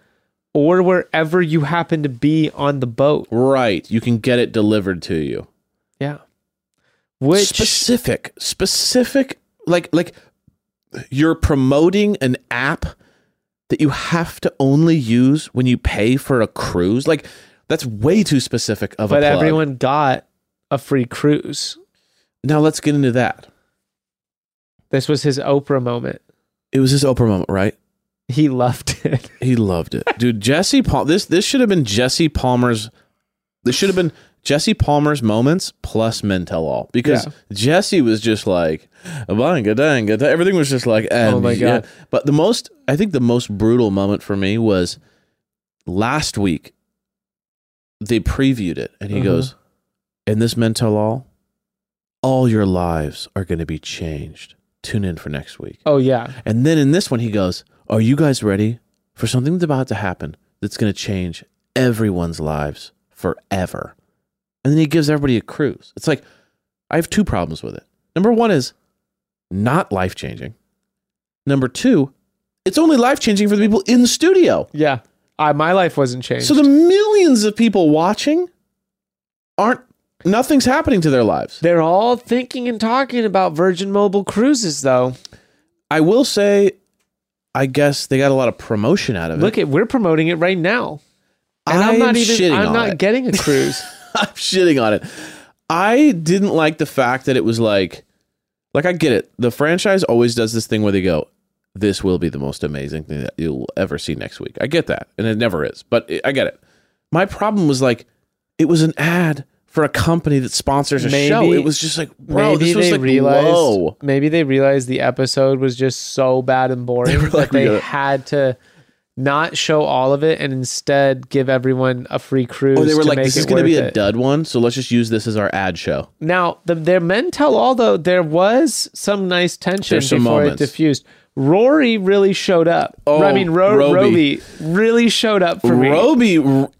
Speaker 2: Or wherever you happen to be on the boat.
Speaker 3: Right, you can get it delivered to you.
Speaker 2: Yeah. Which
Speaker 3: specific, specific, like like you're promoting an app that you have to only use when you pay for a cruise. Like that's way too specific of a.
Speaker 2: but
Speaker 3: plug.
Speaker 2: everyone got a free cruise.
Speaker 3: Now let's get into that.
Speaker 2: This was his Oprah moment.
Speaker 3: It was his Oprah moment, right?
Speaker 2: He loved it.
Speaker 3: He loved it, dude. Jesse Palmer. This this should have been Jesse Palmer's. This should have been Jesse Palmer's moments plus men tell all because
Speaker 2: Yeah.
Speaker 3: Jesse was just like, "Banga danga." da-" Everything was just like, and
Speaker 2: Oh my
Speaker 3: yeah.
Speaker 2: God.
Speaker 3: But the most, I think, the most brutal moment for me was last week. They previewed it, and he
Speaker 2: Uh-huh.
Speaker 3: goes, "In this men tell all, all your lives are going to be changed. Tune in for next week."
Speaker 2: Oh yeah.
Speaker 3: And then in this one, he goes, Are you guys ready for something that's about to happen that's going to change everyone's lives forever? And then he gives everybody a cruise. It's like, I have two problems with it. Number one is not life changing. Number two, it's only life changing for the people in the studio.
Speaker 2: Yeah. I, my life wasn't changed.
Speaker 3: So the millions of people watching aren't, nothing's happening to their lives.
Speaker 2: They're all thinking and talking about Virgin Mobile cruises, though.
Speaker 3: I will say, I guess they got a lot of promotion out of it.
Speaker 2: Look at we're promoting it right now, and I'm,
Speaker 3: I'm
Speaker 2: not even.
Speaker 3: shitting
Speaker 2: I'm
Speaker 3: on
Speaker 2: not
Speaker 3: it.
Speaker 2: getting a cruise.
Speaker 3: I'm shitting on it. I didn't like the fact that it was like, like I get it. The franchise always does this thing where they go, "This will be the most amazing thing that you'll ever see next week." I get that, and it never is, but I- I get it. My problem was like, it was an ad for a company that sponsors a show.
Speaker 2: Maybe-
Speaker 3: It was just like, bro,
Speaker 2: maybe
Speaker 3: this was
Speaker 2: they
Speaker 3: like
Speaker 2: realized.
Speaker 3: low.
Speaker 2: Maybe they realized the episode was just so bad and boring
Speaker 3: were like,
Speaker 2: that
Speaker 3: "We
Speaker 2: they
Speaker 3: gotta-"
Speaker 2: had to not show all of it and instead give everyone a free cruise.
Speaker 3: Or they were
Speaker 2: to
Speaker 3: like,
Speaker 2: make
Speaker 3: "This
Speaker 2: it
Speaker 3: is going to
Speaker 2: worth
Speaker 3: be a
Speaker 2: it.
Speaker 3: dud one, so let's just use this as our ad show."
Speaker 2: Now, the, their men tell all though there was some nice tension
Speaker 3: There's some
Speaker 2: before
Speaker 3: moments.
Speaker 2: it diffused. Rory really showed up.
Speaker 3: Oh,
Speaker 2: I mean, Ro-
Speaker 3: Roby.
Speaker 2: Roby really showed up for me.
Speaker 3: Roby, r-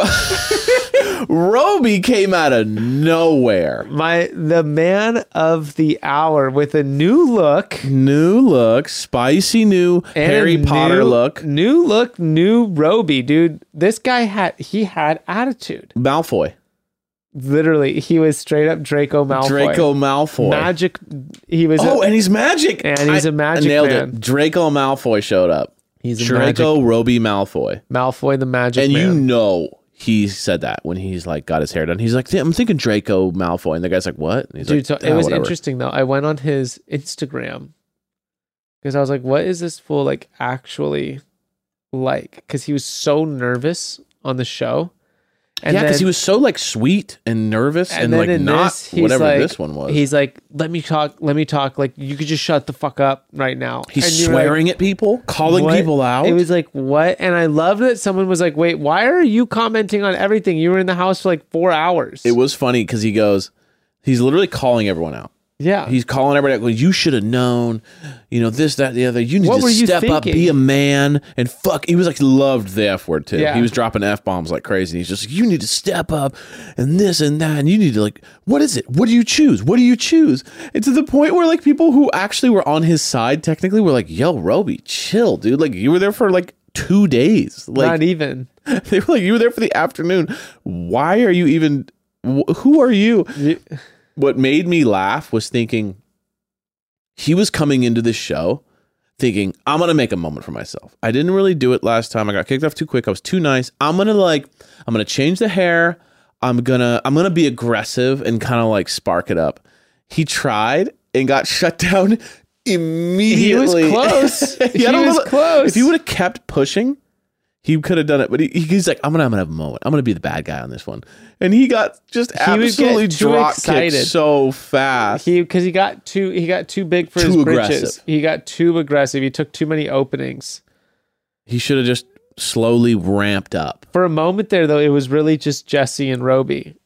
Speaker 3: r- Roby came out of nowhere.
Speaker 2: my the man of the hour with a new look
Speaker 3: new look, spicy new
Speaker 2: and a
Speaker 3: Harry Potter
Speaker 2: new-
Speaker 3: look.
Speaker 2: new look, new Roby, dude. This guy had he had attitude.
Speaker 3: Malfoy,
Speaker 2: Literally, he was straight up Draco Malfoy.
Speaker 3: Draco Malfoy.
Speaker 2: magic. He was.
Speaker 3: oh,
Speaker 2: a,
Speaker 3: and he's magic.
Speaker 2: And he's
Speaker 3: a
Speaker 2: a magic
Speaker 3: nailed
Speaker 2: man.
Speaker 3: it. Draco Malfoy showed up.
Speaker 2: he's a magic
Speaker 3: Draco Roby Malfoy,
Speaker 2: Malfoy, the magic
Speaker 3: and you
Speaker 2: man.
Speaker 3: know he said that when he's like got his hair done. He's like, "Yeah, I'm thinking Draco Malfoy, and the guy's like, "What?" And he's
Speaker 2: Dude, so
Speaker 3: like,
Speaker 2: it
Speaker 3: "Ah,
Speaker 2: was
Speaker 3: whatever."
Speaker 2: interesting though. I went on his Instagram because I was like, "What is this fool like actually like?" Because he was so nervous on the show.
Speaker 3: yeah, because
Speaker 2: then-
Speaker 3: he was so like sweet and nervous and,
Speaker 2: then
Speaker 3: like
Speaker 2: in
Speaker 3: not
Speaker 2: he's
Speaker 3: whatever
Speaker 2: like-
Speaker 3: this one was.
Speaker 2: He's like, "Let me talk. Let me talk. Like, you could just shut the fuck up right now." And
Speaker 3: He's
Speaker 2: you're like,
Speaker 3: swearing at people, calling
Speaker 2: What?
Speaker 3: people out.
Speaker 2: It was like what? And I love that someone was like, "Wait, why are you commenting on everything? You were in the house for like four hours."
Speaker 3: It was funny because he goes, he's literally calling everyone out.
Speaker 2: yeah.
Speaker 3: He's calling everybody out. Going, you should have known, you know this, that, the other. You need
Speaker 2: What
Speaker 3: to
Speaker 2: were you
Speaker 3: step up, be
Speaker 2: thinking?
Speaker 3: a man, and fuck. He was like loved the f word too.
Speaker 2: Yeah.
Speaker 3: He was dropping f bombs like crazy. He's just like, you need to step up, and this and that, and you need to like, what is it? What do you choose? What do you choose? And to the point where like people who actually were on his side technically were like, yo, Roby, chill, dude. Like you were there for like two days. Like
Speaker 2: Not e even.
Speaker 3: they were like, you were there for the afternoon. Why are you even? wh- Who are you?
Speaker 2: You-
Speaker 3: What made me laugh was thinking he was coming into this show thinking, I'm going to make a moment for myself. I didn't really do it last time. I got kicked off too quick. I was too nice. I'm going to like, I'm going to change the hair. I'm going to, I'm going to be aggressive and kind of like spark it up. He tried and got shut down
Speaker 2: He was
Speaker 3: immediately.
Speaker 2: close.
Speaker 3: Yeah, I
Speaker 2: he
Speaker 3: don't
Speaker 2: was
Speaker 3: know-
Speaker 2: close.
Speaker 3: if he would have kept pushing, he could have done it. But he, he's like, I'm gonna, I'm gonna have a moment. I'm gonna be the bad guy on this one. And he got just
Speaker 2: would get
Speaker 3: absolutely
Speaker 2: too
Speaker 3: drop kicked
Speaker 2: excited.
Speaker 3: so fast.
Speaker 2: he because he got too he got too big for
Speaker 3: Too
Speaker 2: his britches.
Speaker 3: aggressive.
Speaker 2: He got too aggressive. He took too many openings.
Speaker 3: He should have just slowly ramped up.
Speaker 2: For a moment there, though, it was really just Jesse and Roby,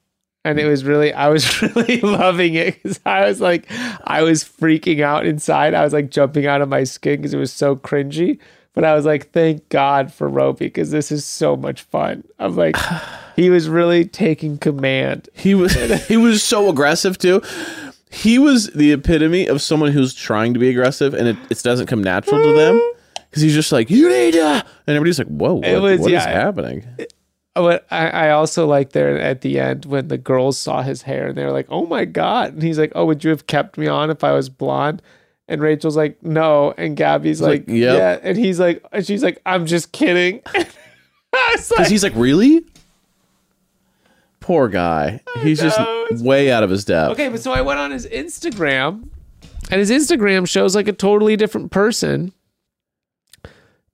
Speaker 2: and it was really I was really loving it because I was like I was freaking out inside. I was like jumping out of my skin because it was so cringy. But I was like, thank God for Roby because this is so much fun. I'm like, he was really taking command.
Speaker 3: He was he was so aggressive too. He was the epitome of someone who's trying to be aggressive and it, it doesn't come natural to them. Cause he's just like, you need to and everybody's like, Whoa, what,
Speaker 2: Mm. It was-
Speaker 3: what is
Speaker 2: yeah.
Speaker 3: happening?
Speaker 2: Oh, But I, I also like there at the end when the girls saw his hair and they were like, "Oh my god!" And he's like, "Oh, would you have kept me on if I was blonde?" And Rachel's like, "No," and Gabby's like,
Speaker 3: like, "Yep."
Speaker 2: "Yeah," and he's like, and she's like, "I'm just kidding." I was like,
Speaker 3: Because he's like, Really? Poor guy. He's just
Speaker 2: know, it's-
Speaker 3: way out of his depth.
Speaker 2: okay, but so I went on his Instagram, and his Instagram shows like a totally different person.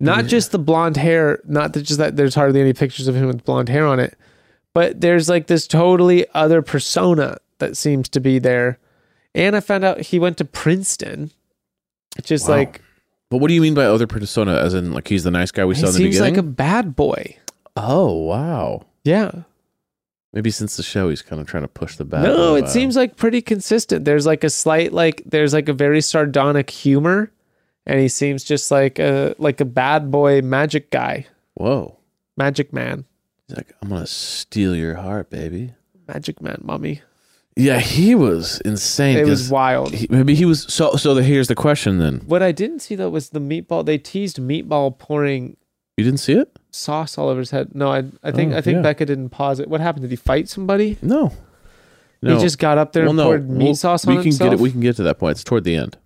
Speaker 2: Not just the blonde hair, not that just that there's hardly any pictures of him with blonde hair on it, but there's like this totally other persona that seems to be there. And I found out he went to Princeton. It's just
Speaker 3: Wow.
Speaker 2: like
Speaker 3: But what do you mean by other persona? As in, like he's the nice guy we
Speaker 2: he
Speaker 3: saw in the
Speaker 2: seems
Speaker 3: beginning.
Speaker 2: like a bad boy.
Speaker 3: oh wow.
Speaker 2: Yeah.
Speaker 3: Maybe since the show, he's kind of trying to push the uh, bad.
Speaker 2: No, it seems like pretty consistent. There's like a slight like there's like a very sardonic humor, and he seems just like a like a bad boy magic guy,
Speaker 3: Whoa.
Speaker 2: magic man,
Speaker 3: He's like, I'm gonna steal your heart, baby.
Speaker 2: magic man, mommy.
Speaker 3: Yeah, he was insane.
Speaker 2: It
Speaker 3: 'cause
Speaker 2: was wild.
Speaker 3: he- maybe he was so. So the, here's the question. Then
Speaker 2: What I didn't see though was the meatball. They teased meatball pouring
Speaker 3: you didn't see it?
Speaker 2: sauce all over his head. No, I I think
Speaker 3: Oh,
Speaker 2: I think
Speaker 3: yeah.
Speaker 2: Becca didn't pause it. What happened? Did he fight somebody?
Speaker 3: No. No.
Speaker 2: He just got up there
Speaker 3: Well,
Speaker 2: and
Speaker 3: no,
Speaker 2: poured meat
Speaker 3: we'll-
Speaker 2: sauce
Speaker 3: we
Speaker 2: on
Speaker 3: can
Speaker 2: himself.
Speaker 3: get it. We can get to that point. It's toward the end.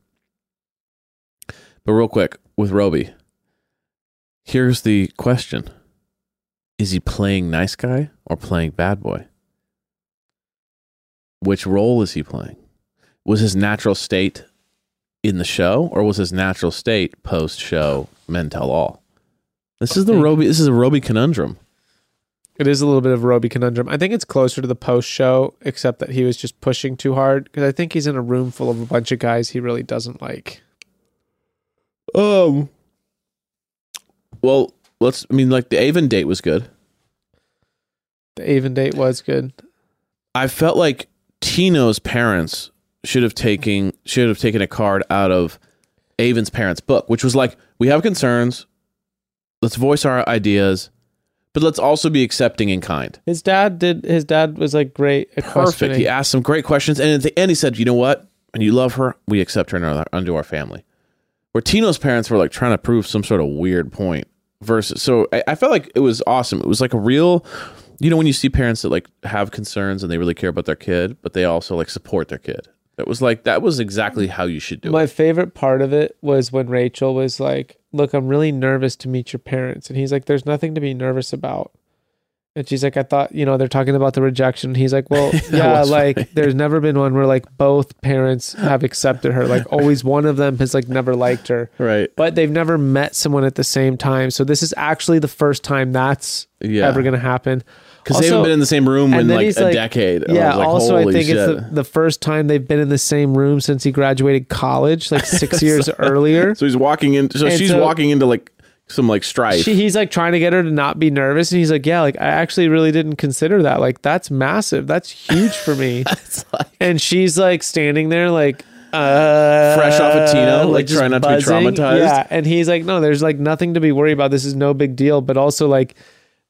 Speaker 3: But real quick with Roby, here's the question: Is he playing nice guy or playing bad boy? Which role is he playing? Was his natural state in the show, or was his natural state post show Men Tell All? This is the
Speaker 2: think-
Speaker 3: Roby. This is a Roby conundrum.
Speaker 2: It is a little bit of a Roby conundrum. I think it's closer to the post show, except that he was just pushing too hard because I think he's in a room full of a bunch of guys he really doesn't like.
Speaker 3: Um. Well, let's. I mean, like the Avon date was good.
Speaker 2: The Avon date was good.
Speaker 3: I felt like Tino's parents should have taken should have taken a card out of Avon's parents' book, which was like, we have concerns, let's voice our ideas, but let's also be accepting and kind.
Speaker 2: His dad did. His dad was like great. At
Speaker 3: Perfect.
Speaker 2: questioning.
Speaker 3: He asked some great questions, and at the end, he said, "You know what? And you love her. We accept her into our, into our family." Where Tino's parents were like trying to prove some sort of weird point. Versus, so I, I felt like it was awesome. It was like a real, you know, when you see parents that like have concerns and they really care about their kid, but they also like support their kid. That was like that was exactly how you should do it.
Speaker 2: My favorite part of it was when Rachel was like, "Look, I'm really nervous to meet your parents," and he's like, "There's nothing to be nervous about." And she's like, I thought, you know, they're talking about the rejection. He's like, well, yeah,
Speaker 3: was
Speaker 2: like
Speaker 3: funny.
Speaker 2: there's never been one where like both parents have accepted her. Like always one of them has like never liked her,
Speaker 3: Right.
Speaker 2: but they've never met someone at the same time. So this is actually the first time that's
Speaker 3: Yeah.
Speaker 2: ever going to happen.
Speaker 3: Because they
Speaker 2: Also-
Speaker 3: haven't been in the same room in
Speaker 2: then
Speaker 3: like
Speaker 2: he's
Speaker 3: a decade. And
Speaker 2: Yeah.
Speaker 3: was like,
Speaker 2: also, I
Speaker 3: holy
Speaker 2: think
Speaker 3: shit.
Speaker 2: it's the, the first time they've been in the same room since he graduated college, like six years earlier.
Speaker 3: So he's walking in. So
Speaker 2: And
Speaker 3: she's
Speaker 2: so-
Speaker 3: walking into like some like strife.
Speaker 2: She, he's like trying to get her to not be nervous, and he's like, "Yeah, like I actually really didn't consider that. Like that's massive. That's huge for me."
Speaker 3: it's like
Speaker 2: and she's like standing there, like uh,
Speaker 3: Fresh off of Tino, like,
Speaker 2: just
Speaker 3: trying not to be traumatized.
Speaker 2: Yeah, and he's like, "No, there's like nothing to be worried about. This is no big deal." But also like.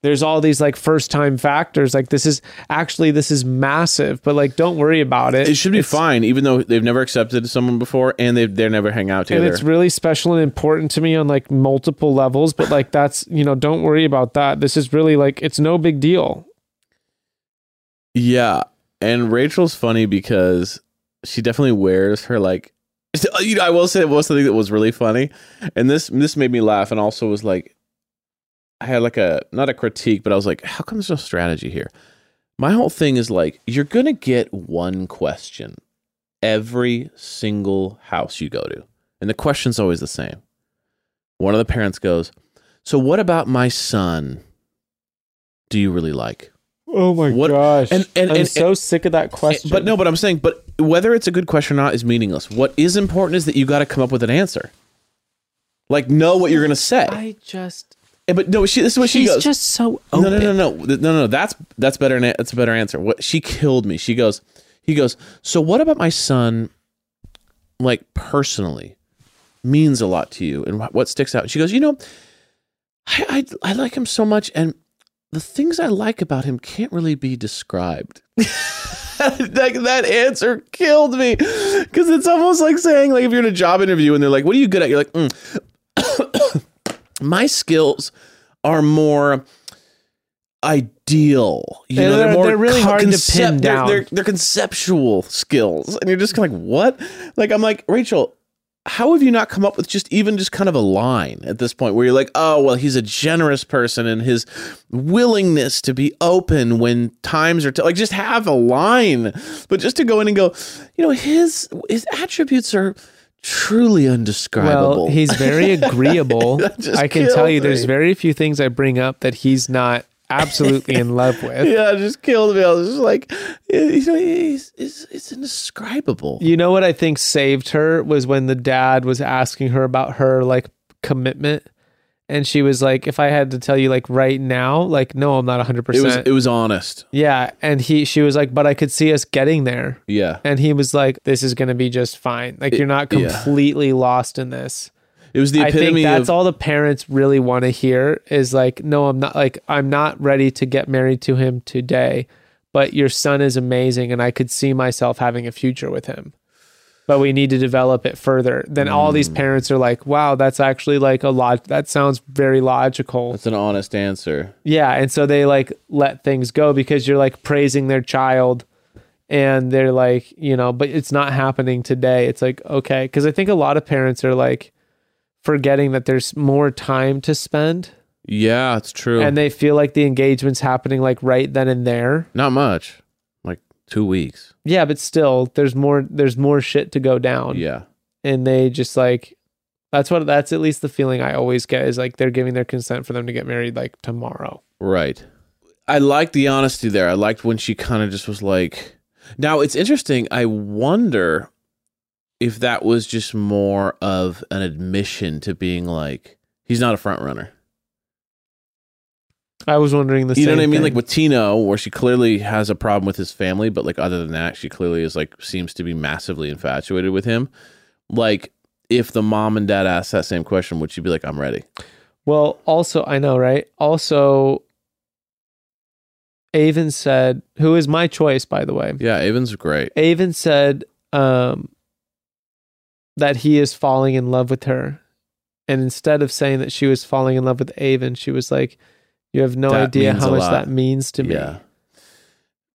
Speaker 2: There's all these like first time factors. Like this is actually this is massive, but like don't worry about it.
Speaker 3: it should be fine, even though they've never accepted someone before and they they never hang out
Speaker 2: and
Speaker 3: together.
Speaker 2: it's really special and important to me on like multiple levels but like that's you know don't worry about that this is really like it's no big deal
Speaker 3: yeah, and Rachel's funny because she definitely wears her like. You know, I will say it was something that was really funny, and this this made me laugh, and also was like, I had like a not a critique, but I was like, how come there's no strategy here? My whole thing is like, you're gonna get one question every single house you go to, and the question's always the same. One of the parents goes, "So what about my son? Do you really like?"
Speaker 2: oh my
Speaker 3: What-
Speaker 2: gosh
Speaker 3: and- and-
Speaker 2: i'm
Speaker 3: and-
Speaker 2: so sick of that question
Speaker 3: But no, but I'm saying, but whether it's a good question or not is meaningless. What is important is that you got to come up with an answer. Like, know what you're gonna say.
Speaker 2: i just
Speaker 3: And- but no, she, this is what she
Speaker 2: she's
Speaker 3: goes.
Speaker 2: just so
Speaker 3: no,
Speaker 2: open
Speaker 3: no, no, no, no, no, no. That's that's better. than- That's a better answer. What she killed me. She goes. He goes. So what about my son? Like personally, means a lot to you, and what, what sticks out. She goes. You know, I, I I like him so much, and the things I like about him can't really be described. like that answer killed me because it's almost like saying like if you're in a job interview and they're like, "What are you good at?" You're like, mm. "My skills are more ideal. You
Speaker 2: They're-
Speaker 3: know, they're,
Speaker 2: they're-
Speaker 3: more
Speaker 2: they're really hard to pin
Speaker 3: they're-
Speaker 2: down.
Speaker 3: They're, they're conceptual skills, and you're just kind of like, "What?" Like I'm like Rachel. How have you not come up with just even just kind of a line at this point where you're like, oh, well, he's a generous person and his willingness to be open when times are t- like just have a line but just to go in and go you know his his attributes are truly undescribable
Speaker 2: well he's very agreeable
Speaker 3: That just
Speaker 2: i can tell
Speaker 3: killed
Speaker 2: you there's
Speaker 3: me.
Speaker 2: very few things i bring up that he's not absolutely in love with
Speaker 3: yeah it just killed me i was just like eh, you know he's, he's, it's indescribable
Speaker 2: You know what I think saved her was when the dad was asking her about her like commitment. And she was like, if I had to tell you like right now, like, no, I'm not 100%.
Speaker 3: it was it was honest
Speaker 2: yeah. And he, she was like, but I could see us getting there.
Speaker 3: yeah
Speaker 2: And he was like, this is going to be just fine. Like, you're not
Speaker 3: yeah.
Speaker 2: completely lost in this.
Speaker 3: it was the
Speaker 2: I think
Speaker 3: epitome
Speaker 2: that's
Speaker 3: of
Speaker 2: all the parents really want to hear is like, no, I'm not like, I'm not ready to get married to him today, but your son is amazing and I could see myself having a future with him. But we need to develop it further. Then all these
Speaker 3: Mm.
Speaker 2: parents are like, wow, that's actually like a lot. That sounds very logical.
Speaker 3: that's an honest answer
Speaker 2: Yeah. And so they like let things go because you're like praising their child and they're like, you know, but it's not happening today. It's like, okay. Cause I think a lot of parents are like forgetting that there's more time to spend
Speaker 3: yeah it's true
Speaker 2: and they feel like the engagement's happening like right then and there.
Speaker 3: not much like two weeks
Speaker 2: Yeah. But still, there's more, there's more shit to go down.
Speaker 3: yeah
Speaker 2: And they just like, that's what, that's at least the feeling I always get is like they're giving their consent for them to get married like tomorrow.
Speaker 3: Right. I liked the honesty there. I liked when she kind of just was like, now it's interesting. I wonder if that was just more of an admission to being like, he's not a front runner.
Speaker 2: I was wondering the
Speaker 3: you know
Speaker 2: same
Speaker 3: what I mean?
Speaker 2: thing.
Speaker 3: Like with Tino, where she clearly has a problem with his family, but like other than that, she clearly is like, seems to be massively infatuated with him. Like, if the mom and dad asked that same question, would she be like, I'm ready?
Speaker 2: Well, also, I know, right? Also, Avon said, who is my choice, by the way.
Speaker 3: Yeah, Avon's great.
Speaker 2: Avon said um, that he is falling in love with her. And instead of saying that she was falling in love with Avon, she was like, you have no
Speaker 3: That
Speaker 2: idea
Speaker 3: means
Speaker 2: how
Speaker 3: a
Speaker 2: much
Speaker 3: lot."
Speaker 2: that means to me.
Speaker 3: Yeah.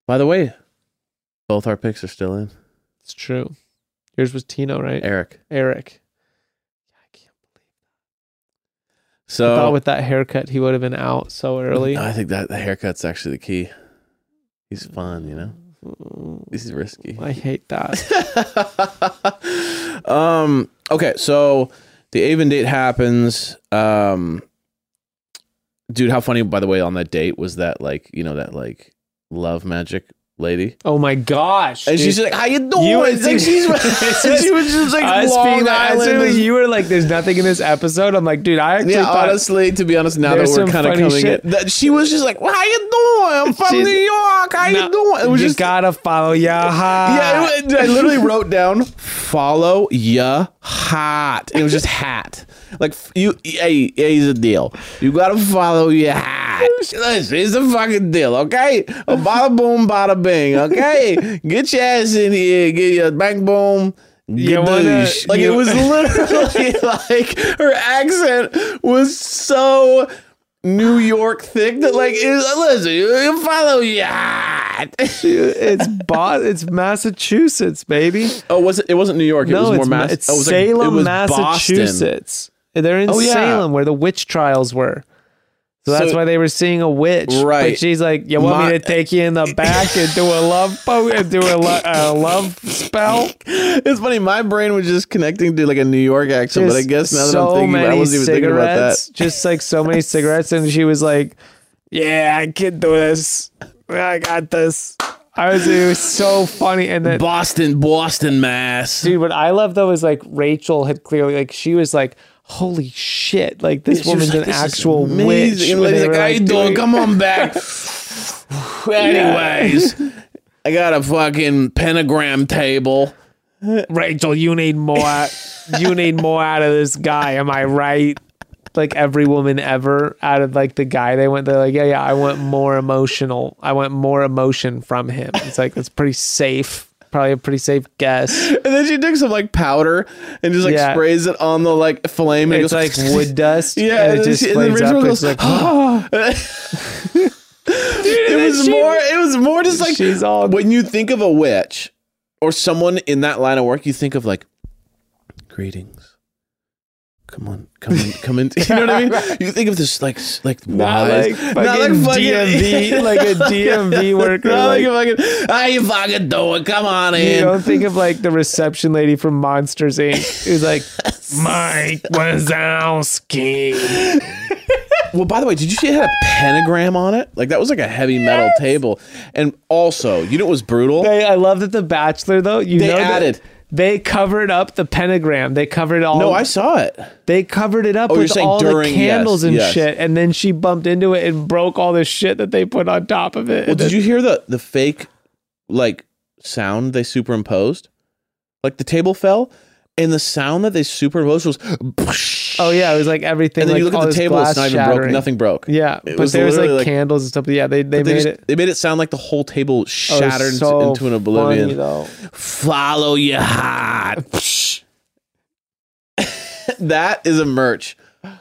Speaker 3: By the way, both our picks are still in.
Speaker 2: It's true.
Speaker 3: Er-
Speaker 2: Yours was Tino, right?
Speaker 3: Eric.
Speaker 2: Eric. I can't I thought
Speaker 3: So
Speaker 2: with that haircut, he would have been out so early.
Speaker 3: I think that the haircut's actually the key. He's fun, you know. He's risky.
Speaker 2: I hate that.
Speaker 3: um okay so the avon date happens um dude how funny by the way on that date was that like you know that like love magic lady
Speaker 2: Oh my gosh.
Speaker 3: and
Speaker 2: dude.
Speaker 3: she's like how you doing
Speaker 2: You
Speaker 3: It's like
Speaker 2: and-
Speaker 3: she's, she was just like
Speaker 2: Us being
Speaker 3: Long
Speaker 2: like- as
Speaker 3: Island
Speaker 2: soon as
Speaker 3: is-
Speaker 2: you were like, there's nothing in this episode. I'm like, dude, I actually
Speaker 3: yeah,
Speaker 2: thought
Speaker 3: honestly, to be honest, now that
Speaker 2: There's
Speaker 3: we're
Speaker 2: some
Speaker 3: kind of
Speaker 2: funny
Speaker 3: coming
Speaker 2: shit.
Speaker 3: in, that she was just like, "Well, "How you doing? I'm from
Speaker 2: She's-
Speaker 3: New York. How
Speaker 2: No,
Speaker 3: you doing?" It was
Speaker 2: you
Speaker 3: just
Speaker 2: gotta follow ya
Speaker 3: Yeah,
Speaker 2: high.
Speaker 3: it was- I literally wrote down follow ya hot. It was just hat. Like f- you, hey, here's the deal. You gotta follow your hat. Listen, it's a fucking deal, okay? A bada boom, bada bing, okay? Get your ass in here. Get your bang boom.
Speaker 2: You
Speaker 3: Get
Speaker 2: wanna-
Speaker 3: douche. like
Speaker 2: you-
Speaker 3: it was literally like her accent was so New York thick that like it, listen, you- you follow your hat.
Speaker 2: it's Bo- it's Massachusetts, baby.
Speaker 3: Oh, was it? It wasn't New York. It
Speaker 2: no,
Speaker 3: was
Speaker 2: it's,
Speaker 3: more
Speaker 2: Ma-
Speaker 3: Mass.
Speaker 2: it's
Speaker 3: oh, it was like-
Speaker 2: Salem,
Speaker 3: it was Boston.
Speaker 2: Massachusetts. They're in
Speaker 3: Oh, yeah.
Speaker 2: Salem where the witch trials were. So that's
Speaker 3: So-
Speaker 2: why they were seeing a witch.
Speaker 3: Right.
Speaker 2: But she's like, you want me
Speaker 3: My-
Speaker 2: to take you in the back and do a love po- and do a, lo- a love spell?
Speaker 3: It's funny. My brain was just connecting to like a New York accent, but I guess now that I'm thinking, about, it, I wasn't even thinking about that.
Speaker 2: Just like so many cigarettes, and she was like, "Yeah, I can do this. I got this." I was it was so funny, and then
Speaker 3: Boston, Boston, Mass.
Speaker 2: dude, what I love though is like Rachel had clearly like she was like. Holy shit! Like this
Speaker 3: She was
Speaker 2: woman's
Speaker 3: like,
Speaker 2: an
Speaker 3: "This is
Speaker 2: actual
Speaker 3: amazing."
Speaker 2: witch.
Speaker 3: And
Speaker 2: when
Speaker 3: Lady's
Speaker 2: they were,
Speaker 3: like, how
Speaker 2: like,
Speaker 3: you doing?
Speaker 2: doing-
Speaker 3: Come on back. Anyways, I got a fucking pentagram table.
Speaker 2: Rachel, you need more. you need more out of this guy. Am I right? Like every woman ever, out of like the guy they went, they're like, yeah, yeah, I want more emotional. I want more emotion from him. It's like that's pretty safe. Probably a pretty safe guess.
Speaker 3: And then she took some like powder and just like
Speaker 2: Yeah.
Speaker 3: sprays it on the like flame. And it
Speaker 2: It's like
Speaker 3: goes,
Speaker 2: wood dust. and
Speaker 3: Yeah, and
Speaker 2: it
Speaker 3: then
Speaker 2: just
Speaker 3: she- and then
Speaker 2: flames up.
Speaker 3: Rachel
Speaker 2: It's
Speaker 3: goes,
Speaker 2: like, Dude, and
Speaker 3: it was
Speaker 2: she-
Speaker 3: more it was more just like
Speaker 2: She's all-
Speaker 3: when you think of a witch or someone in that line of work you think of like greetings come on come in come in you know what i mean you think of this like s- like
Speaker 2: Not like,
Speaker 3: wise,
Speaker 2: fucking DMV, like a DMV worker.
Speaker 3: not
Speaker 2: like,
Speaker 3: like, a fucking how you fucking doing come on
Speaker 2: you
Speaker 3: in
Speaker 2: don't think of like the reception lady from Monsters Inc. who's like Mike Wazowski.
Speaker 3: Well, by the way, did you see it had a pentagram on it? Like that was like a heavy metal table. And also, you know what was brutal?
Speaker 2: They, I love that the Bachelor though. You
Speaker 3: They
Speaker 2: know that
Speaker 3: added-
Speaker 2: They covered up the pentagram. They covered all.
Speaker 3: no, I saw it.
Speaker 2: They covered it up
Speaker 3: you're
Speaker 2: with
Speaker 3: saying
Speaker 2: all
Speaker 3: during-
Speaker 2: the candles
Speaker 3: yes,
Speaker 2: and
Speaker 3: yes.
Speaker 2: shit, and then she bumped into it and broke all the shit that they put on top of it.
Speaker 3: Well, did you hear the the fake like sound they superimposed? Like the table fell, and the sound that they superimposed was.
Speaker 2: Oh yeah, it was like everything.
Speaker 3: and then
Speaker 2: like,
Speaker 3: you look
Speaker 2: all
Speaker 3: at the
Speaker 2: this
Speaker 3: table; it's
Speaker 2: glass
Speaker 3: not even broke.
Speaker 2: shattering.
Speaker 3: Nothing broke.
Speaker 2: Yeah,
Speaker 3: It
Speaker 2: but
Speaker 3: was
Speaker 2: there was like,
Speaker 3: literally, like-
Speaker 2: candles and stuff. Yeah, they they
Speaker 3: They,
Speaker 2: made
Speaker 3: just-
Speaker 2: it.
Speaker 3: they made it sound like the whole table
Speaker 2: oh, it was
Speaker 3: shattered
Speaker 2: so
Speaker 3: into an oblivion.
Speaker 2: funny, though.
Speaker 3: Follow your heart. that is a merch. Follow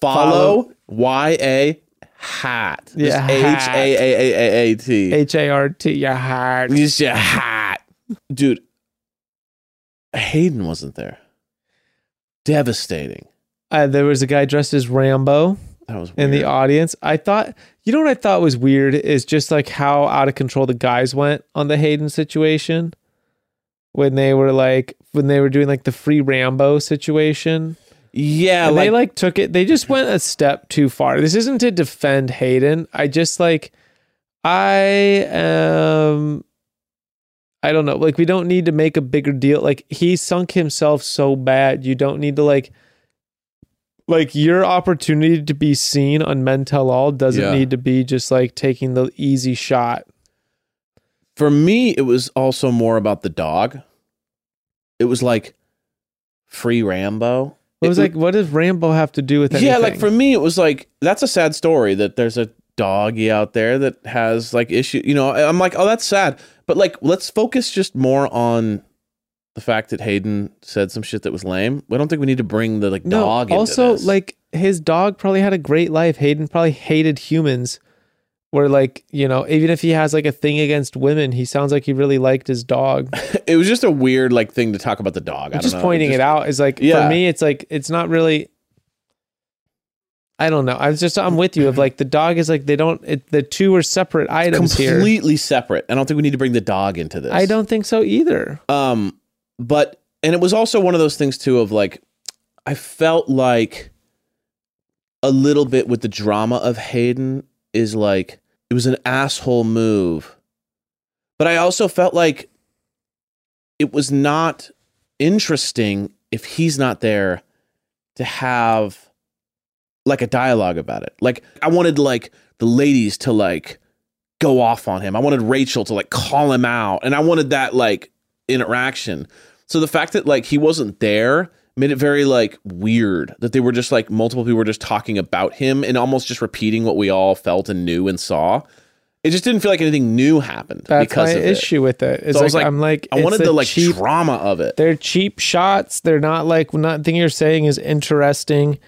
Speaker 2: Follow-
Speaker 3: Y A hat.
Speaker 2: Yeah,
Speaker 3: H
Speaker 2: hat.
Speaker 3: A A A A A T.
Speaker 2: H A R T your heart.
Speaker 3: It's your hat. Dude, Hayden wasn't there. Devastating.
Speaker 2: Uh, there was a guy dressed as Rambo
Speaker 3: That was weird.
Speaker 2: in the audience. I thought, you know what I thought was weird is just like how out of control the guys went on the Hayden situation when they were like when they were doing like the free Rambo situation.
Speaker 3: yeah,
Speaker 2: and
Speaker 3: like,
Speaker 2: they like took it. They just went a step too far. This isn't to defend Hayden. I just like I am. I don't know. Like we don't need to make a bigger deal. Like he sunk himself so bad. You don't need to like. Like your opportunity to be seen on Men Tell All doesn't
Speaker 3: Yeah.
Speaker 2: need to be just like taking the easy shot.
Speaker 3: for me, it was also more about the dog. It was like free Rambo.
Speaker 2: It was like, what does Rambo have to do with anything?
Speaker 3: yeah, like for me, it was like that's a sad story that there's a doggy out there that has like issue. You know, I'm like, oh, that's sad. But like, let's focus just more on the fact that Hayden said some shit that was lame. I don't think we need to bring the like dog. into
Speaker 2: also
Speaker 3: this.
Speaker 2: like his dog probably had a great life hayden probably hated humans where like you know even if he has like a thing against women he sounds like he really liked his dog
Speaker 3: it was just a weird like thing to talk about the dog. I
Speaker 2: i'm
Speaker 3: don't
Speaker 2: just
Speaker 3: know.
Speaker 2: pointing it,
Speaker 3: just-
Speaker 2: out is like
Speaker 3: Yeah.
Speaker 2: for me it's like it's not really I don't know. I was just I'm with you. Of like the dog is like they don't. It, the two are separate items here.
Speaker 3: completely separate. I don't think we need to bring the dog into this.
Speaker 2: I don't think so either.
Speaker 3: Um, but and it was also one of those things too of like, I felt like a little bit with the drama of Hayden is like it was an asshole move, but I also felt like it was not interesting if he's not there to have like a dialogue about it. Like I wanted like the ladies to like go off on him. I wanted Rachel to like call him out and I wanted that like interaction. So the fact that like he wasn't there made it very like weird that they were just like multiple people were just talking about him and almost just repeating what we all felt and knew and saw. It just didn't feel like anything new happened
Speaker 2: That's
Speaker 3: because
Speaker 2: my
Speaker 3: of it.
Speaker 2: issue with it. It's
Speaker 3: So I was
Speaker 2: like,
Speaker 3: like,
Speaker 2: I'm like
Speaker 3: I
Speaker 2: it's
Speaker 3: wanted
Speaker 2: a
Speaker 3: the like
Speaker 2: cheap
Speaker 3: drama of it.
Speaker 2: they're cheap shots. They're not like nothing you're saying is interesting.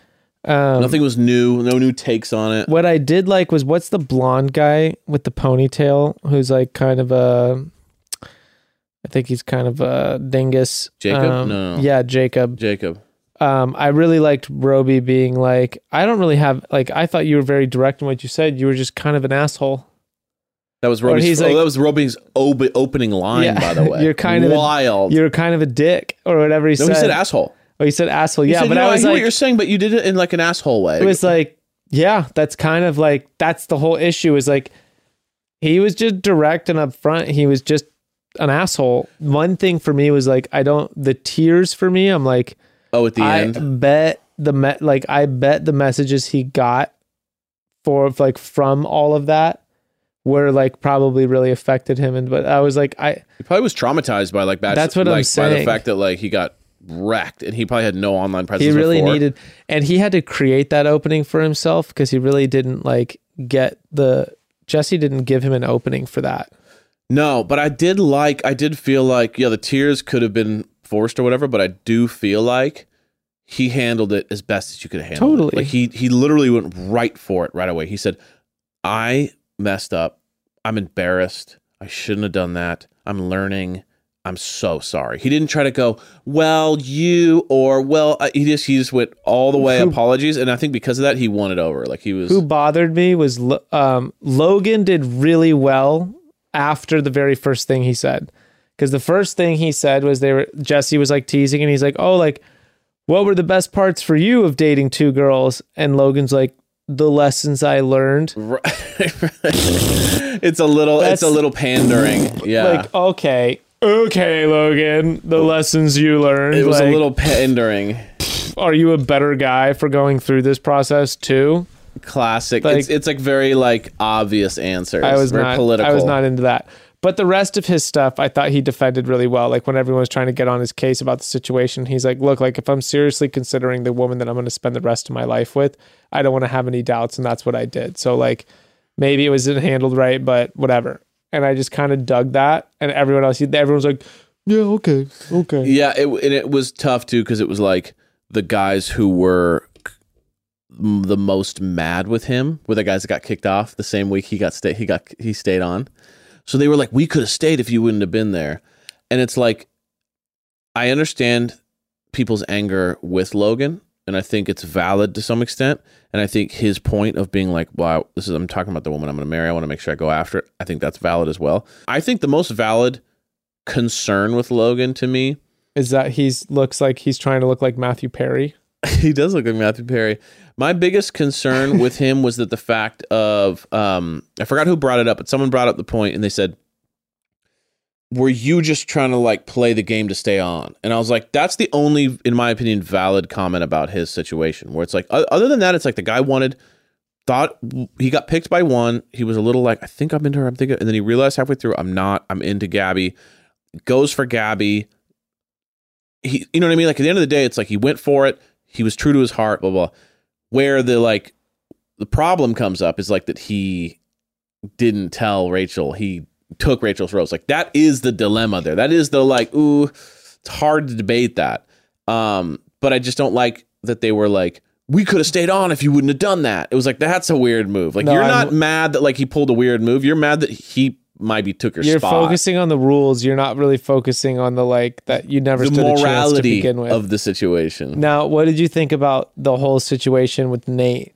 Speaker 2: Um,
Speaker 3: Nothing was new. No new takes on it.
Speaker 2: what I did like was what's the blonde guy with the ponytail who's like kind of a, I think he's kind of a dingus.
Speaker 3: Jacob?
Speaker 2: Um,
Speaker 3: No.
Speaker 2: Yeah, Jacob.
Speaker 3: Jacob.
Speaker 2: Um, I really liked Roby being like, I don't really have like I thought you were very direct in what you said. You were just kind of an asshole.
Speaker 3: That was
Speaker 2: Or
Speaker 3: Robin's.
Speaker 2: he's
Speaker 3: oh,
Speaker 2: like-
Speaker 3: that was Robin's ob- opening line,
Speaker 2: Yeah.
Speaker 3: by the way.
Speaker 2: You're kind of a-
Speaker 3: wild.
Speaker 2: You're kind of a dick or whatever he
Speaker 3: no,
Speaker 2: said.
Speaker 3: he said asshole.
Speaker 2: oh, he said asshole.
Speaker 3: He
Speaker 2: yeah,
Speaker 3: said,
Speaker 2: but
Speaker 3: "No,
Speaker 2: I was
Speaker 3: hear what
Speaker 2: like,
Speaker 3: you're saying, but you did it in like an asshole way.
Speaker 2: it was like yeah that's kind of like that's the whole issue is like he was just direct and upfront he was just an asshole one thing for me was like i don't the tears for me i'm like
Speaker 3: oh, at the
Speaker 2: i
Speaker 3: end,
Speaker 2: bet the me- like i bet the messages he got for like from all of that were like probably really affected him and but i was like i
Speaker 3: he probably was traumatized by like bad,
Speaker 2: That's what I'm
Speaker 3: like, by
Speaker 2: saying.
Speaker 3: the fact that like he got wrecked and he probably had no online presence.
Speaker 2: he really
Speaker 3: before.
Speaker 2: needed and he had to create that opening for himself because he really didn't like get the jesse didn't give him an opening for that
Speaker 3: No, but I did like. I did feel like yeah, the tears could have been forced or whatever, but I do feel like he handled it as best as you could handle. it.
Speaker 2: Totally.
Speaker 3: Like he he literally went right for it right away. He said, "I messed up. I'm embarrassed. I shouldn't have done that. I'm learning. I'm so sorry." He didn't try to go, "Well, you" or "Well," I-" he just he just went all the way
Speaker 2: Who-
Speaker 3: apologies, and I think because of that he won it over. Like he was
Speaker 2: Who bothered me was Lo- um, Logan did really well after the very first thing he said. Because the first thing he said was they were Jesse was like teasing and he's like, "Oh, like what were the best parts for you of dating two girls?" And Logan's like, "The lessons I learned."
Speaker 3: Right. it's a little
Speaker 2: That's-
Speaker 3: it's a little pandering. Yeah.
Speaker 2: Like, okay, okay, Logan, the lessons you learned.
Speaker 3: It was a
Speaker 2: like,
Speaker 3: little pandering.
Speaker 2: Are you a better guy for going through this process too?
Speaker 3: Classic.
Speaker 2: Like-
Speaker 3: it's, it's like very like obvious answers.
Speaker 2: I was
Speaker 3: very
Speaker 2: not
Speaker 3: political.
Speaker 2: I was not into that. But the rest of his stuff, I thought he defended really well. Like when everyone was trying to get on his case about the situation, he's like, "Look, like if I'm seriously considering the woman that I'm going to spend the rest of my life with, I don't want to have any doubts, and that's what I did." So like, maybe it wasn't handled right, but whatever. And I just kind of dug that, and everyone else, everyone's like, "Yeah, okay, okay."
Speaker 3: Yeah, it, and it was tough too because it was like the guys who were m- the most mad with him were the guys that got kicked off the same week he got stay he got he stayed on. So they were like, "We could have stayed if you wouldn't have been there," and it's like, I understand people's anger with Logan, and I think it's valid to some extent. And I think his point of being like, "Wow, this is I'm talking about the woman I'm going to marry. I want to make sure I go after it." I think that's valid as well. I think the most valid concern with Logan to me
Speaker 2: Is that he's looks like he's trying to look like Matthew Perry?
Speaker 3: he does look like Matthew Perry. My biggest concern with him was that the fact of um, I forgot who brought it up, but someone brought up the point and they said, "Were you just trying to like play the game to stay on?" And I was like, "That's the only, in my opinion, valid comment about his situation." Where it's like, o- other than that, it's like the guy wanted thought he got picked by one. He was a little like, "I think I'm into her." I'm thinking, and then he realized halfway through, "I'm not. I'm into Gabby." Goes for Gabby he you know what I mean? Like at the end of the day, it's like he went for it, he was true to his heart, blah blah. Where the like the problem comes up is like that he didn't tell Rachel he took Rachel's rose. Like that is the dilemma there. That is the like, ooh, it's hard to debate that. Um, but I just don't like that they were like, we could have stayed on if you wouldn't have done that. It was like that's a weird move. Like
Speaker 2: No,
Speaker 3: you're
Speaker 2: I'm-
Speaker 3: not mad that like he pulled a weird move. You're mad that he might be took your
Speaker 2: You're
Speaker 3: spot.
Speaker 2: focusing on the rules. You're not really focusing on the like that you never
Speaker 3: the
Speaker 2: stood a chance to
Speaker 3: morality
Speaker 2: begin with.
Speaker 3: of the situation.
Speaker 2: Now, what did you think about the whole situation with Nate?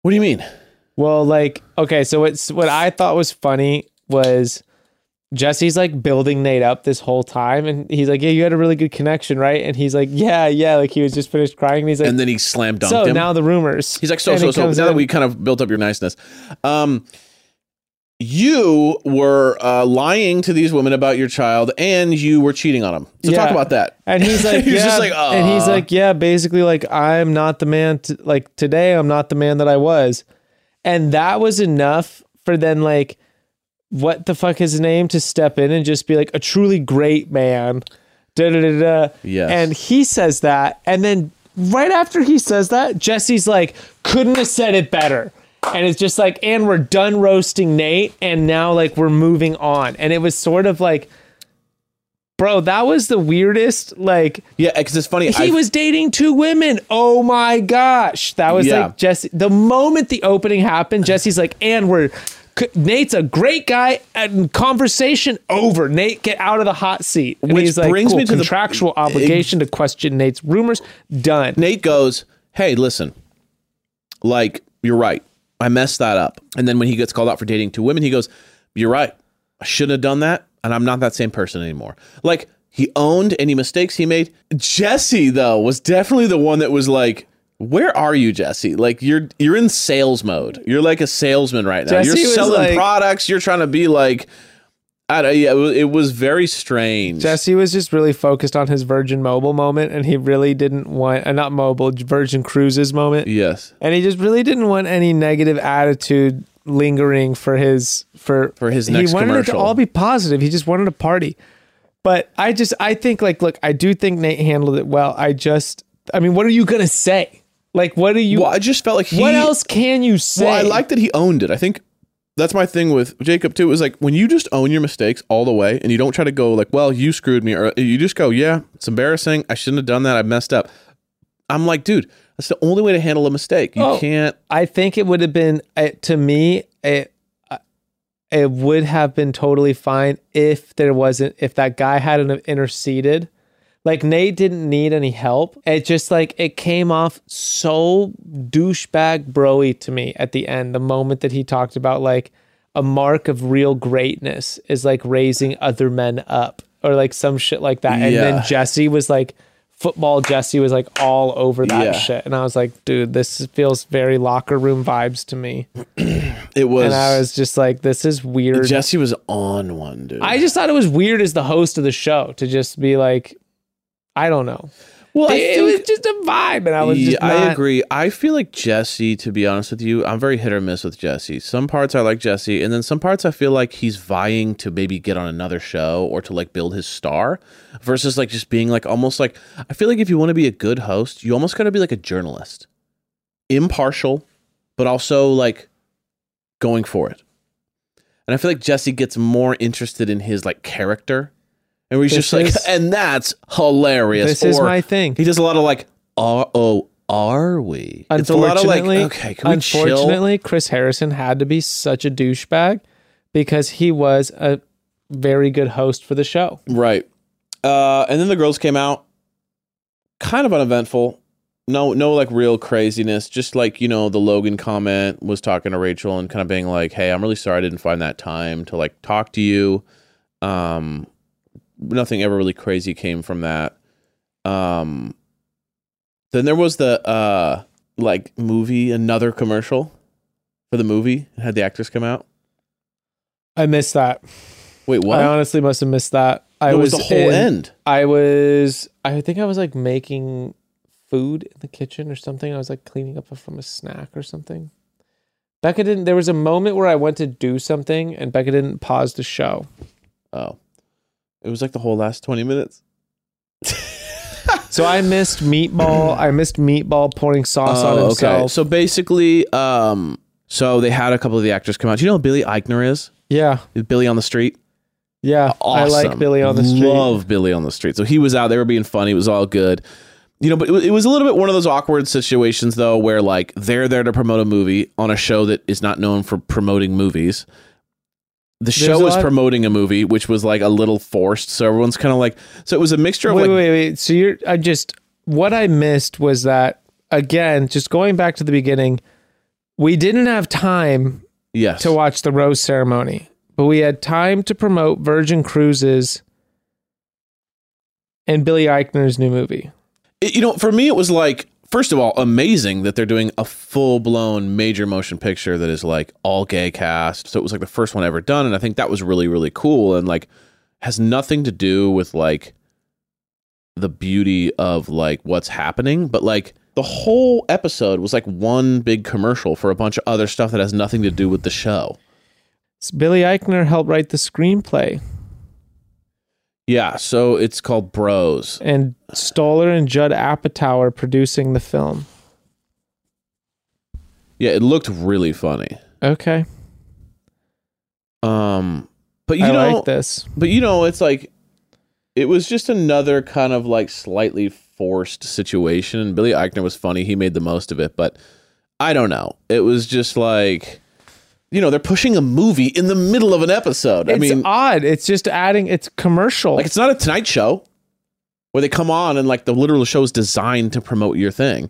Speaker 3: What do you mean?
Speaker 2: Well, like, okay, so it's what I thought was funny was Jesse's like building Nate up this whole time, and he's like, "Yeah, you had a really good connection, right?" And he's like, "Yeah, yeah," like he was just finished crying, and he's like,
Speaker 3: and then he slam dunked
Speaker 2: "So
Speaker 3: him.
Speaker 2: now the rumors."
Speaker 3: He's like, so,
Speaker 2: And
Speaker 3: so,
Speaker 2: it
Speaker 3: so. Now
Speaker 2: comes
Speaker 3: that
Speaker 2: in-
Speaker 3: we kind of built up your niceness, um, you were uh, lying to these women about your child, and you were cheating on them. So talk
Speaker 2: Yeah. Uh,
Speaker 3: about that.
Speaker 2: and he's like,
Speaker 3: He's
Speaker 2: yeah.
Speaker 3: just like,
Speaker 2: and he's
Speaker 3: "Aw."
Speaker 2: like, yeah, basically, like I'm not the man. T- like today, I'm not the man that I was, and that was enough for then like, what the fuck is his name to step in and just be like a truly great man, da da da da.
Speaker 3: Yes.
Speaker 2: and he says that, and then right after he says that, Jesse's like, couldn't have said it better. And it's just like, and we're done roasting Nate, and now like we're moving on. And it was sort of like, bro, that was the weirdest. Like,
Speaker 3: Yeah, because it's funny.
Speaker 2: he
Speaker 3: I-
Speaker 2: was dating two women. Oh my gosh. That was
Speaker 3: Yeah.
Speaker 2: like Jesse. The moment the opening happened, Jesse's like, and we're. c- Nate's a great guy and conversation over. Nate, get out of the hot seat. And
Speaker 3: Which
Speaker 2: he's like,
Speaker 3: brings
Speaker 2: cool,
Speaker 3: me to the-
Speaker 2: contractual obligation to question Nate's rumors. Done.
Speaker 3: Nate goes, "Hey, listen, like you're right. I messed that up." And then when he gets called out for dating two women, he goes, "You're right. I shouldn't have done that, and I'm not that same person anymore." Like he owned any mistakes he made. Jesse though was definitely the one that was like. Where are you, Jesse? Like you're you're in sales mode. You're like a salesman right now.
Speaker 2: Jesse
Speaker 3: you're
Speaker 2: was
Speaker 3: selling
Speaker 2: like-
Speaker 3: products. You're trying to be like, I don't, yeah. It was, it was very strange.
Speaker 2: Jesse was just really focused on his Virgin Mobile moment, and he really didn't want, uh, not mobile, Virgin Cruises moment.
Speaker 3: yes,
Speaker 2: and he just really didn't want any negative attitude lingering for his for
Speaker 3: For his
Speaker 2: he
Speaker 3: next
Speaker 2: wanted it
Speaker 3: commercial.
Speaker 2: to all be positive he just wanted a party but i just i think like look i do think nate handled it well i just i mean what are you gonna say like what are you
Speaker 3: well, I just felt like he,
Speaker 2: what else can you say
Speaker 3: Well, I like that he owned it. I think that's my thing with Jacob too. Is like when you just own your mistakes all the way, and you don't try to go like, "Well, you screwed me," or uh, you just go, "Yeah, it's embarrassing. I shouldn't have done that. I messed up." I'm like, dude, that's the only way to handle a mistake. You
Speaker 2: Oh.
Speaker 3: can't.
Speaker 2: I think it would have been uh, to me it it would have been totally fine if there wasn't if that guy hadn't have interceded. Like Nate didn't need any help. It just like it came off so douchebag broy to me at the end. The moment that he talked about like a mark of real greatness is like raising other men up or like some shit like that. And
Speaker 3: Yeah.
Speaker 2: then Jesse was like football Jesse was like all over that
Speaker 3: Yeah.
Speaker 2: shit. And I was like, dude, this feels very locker room vibes to me.
Speaker 3: It was.
Speaker 2: And I was just like, this is weird.
Speaker 3: Jesse was on one, dude.
Speaker 2: I just thought it was weird as the host of the show to just be like, I don't know.
Speaker 3: well, I
Speaker 2: it, it
Speaker 3: think-
Speaker 2: was just a vibe. And I was
Speaker 3: yeah,
Speaker 2: just, not,
Speaker 3: I agree. I feel like Jesse, to be honest with you, I'm very hit or miss with Jesse. Some parts I like Jesse, and then some parts I feel like he's vying to maybe get on another show or to like build his star versus like just being like almost like I feel like if you want to be a good host, you almost got to be like a journalist, impartial, but also like going for it. And I feel like Jesse gets more interested in his like character. And he's
Speaker 2: This
Speaker 3: just like,
Speaker 2: is-
Speaker 3: and that's hilarious.
Speaker 2: This is
Speaker 3: or-
Speaker 2: my thing.
Speaker 3: he does a lot of like, are, oh, are we? It's a lot of like,
Speaker 2: Unfortunately,
Speaker 3: okay, can we chill?
Speaker 2: unfortunately, Chris Harrison had to be such a douchebag because he was a very good host for the show.
Speaker 3: Right. Uh, and then the girls came out, kind of uneventful. No, no, like real craziness. Just like you know, the Logan comment was talking to Rachel and kind of being like, "Hey, I'm really sorry I didn't find that time to like talk to you." Um, nothing ever really crazy came from that. Um, then there was the uh like movie, another commercial for the movie. It had the actors come out.
Speaker 2: I missed that.
Speaker 3: Wait, what?
Speaker 2: I honestly must have missed that. I
Speaker 3: That was, the whole
Speaker 2: in-
Speaker 3: end.
Speaker 2: I was I think I was like making food in the kitchen or something. I was like cleaning up from a snack or something. Becca didn't there was a moment where I went to do something and Becca didn't pause the show.
Speaker 3: Oh. It was like the whole last 20 minutes.
Speaker 2: So I missed meatball. I missed meatball pouring sauce
Speaker 3: Oh,
Speaker 2: on himself.
Speaker 3: So basically, um, so they had a couple of the actors come out. Do you know who Billy Eichner is?
Speaker 2: Yeah.
Speaker 3: Billy on the Street.
Speaker 2: Yeah.
Speaker 3: Awesome.
Speaker 2: I like Billy on the street.
Speaker 3: Love Billy on the Street. So he was out. They were being funny. It was all good. You know, but it wa- it was a little bit one of those awkward situations, though, where like they're there to promote a movie on a show that is not known for promoting movies. The show
Speaker 2: a
Speaker 3: was
Speaker 2: lot-
Speaker 3: promoting a movie, which was like a little forced. So everyone's kind of like, so it was a mixture of
Speaker 2: wait,
Speaker 3: like
Speaker 2: wait, wait. So you're I just what I missed was that again, just going back to the beginning, we didn't have time
Speaker 3: Yes.
Speaker 2: to watch the rose ceremony, but we had time to promote Virgin Cruises and Billy Eichner's new movie.
Speaker 3: It- you know, for me, it was like, first of all, amazing that they're doing a full blown major motion picture that is like all gay cast. So it was like the first one ever done. And I think that was really, really cool and like has nothing to do with like the beauty of like what's happening. But like the whole episode was like one big commercial for a bunch of other stuff that has nothing to do with the show.
Speaker 2: S- Billy Eichner helped write the screenplay,
Speaker 3: Yeah. So it's called Bros.
Speaker 2: and Stoller and Judd Apatow are producing the film.
Speaker 3: Yeah. It looked really funny.
Speaker 2: Okay,
Speaker 3: Um, but you
Speaker 2: I
Speaker 3: know,
Speaker 2: like this.
Speaker 3: But you know, it's like it was just another kind of like slightly forced situation. And Billy Eichner was funny; he made the most of it. But I don't know. It was just like you know they're pushing a movie in the middle of an episode. I
Speaker 2: it's
Speaker 3: mean,
Speaker 2: odd. It's just adding. It's commercial.
Speaker 3: like it's not a Tonight Show where they come on and like the literal show is designed to promote your thing.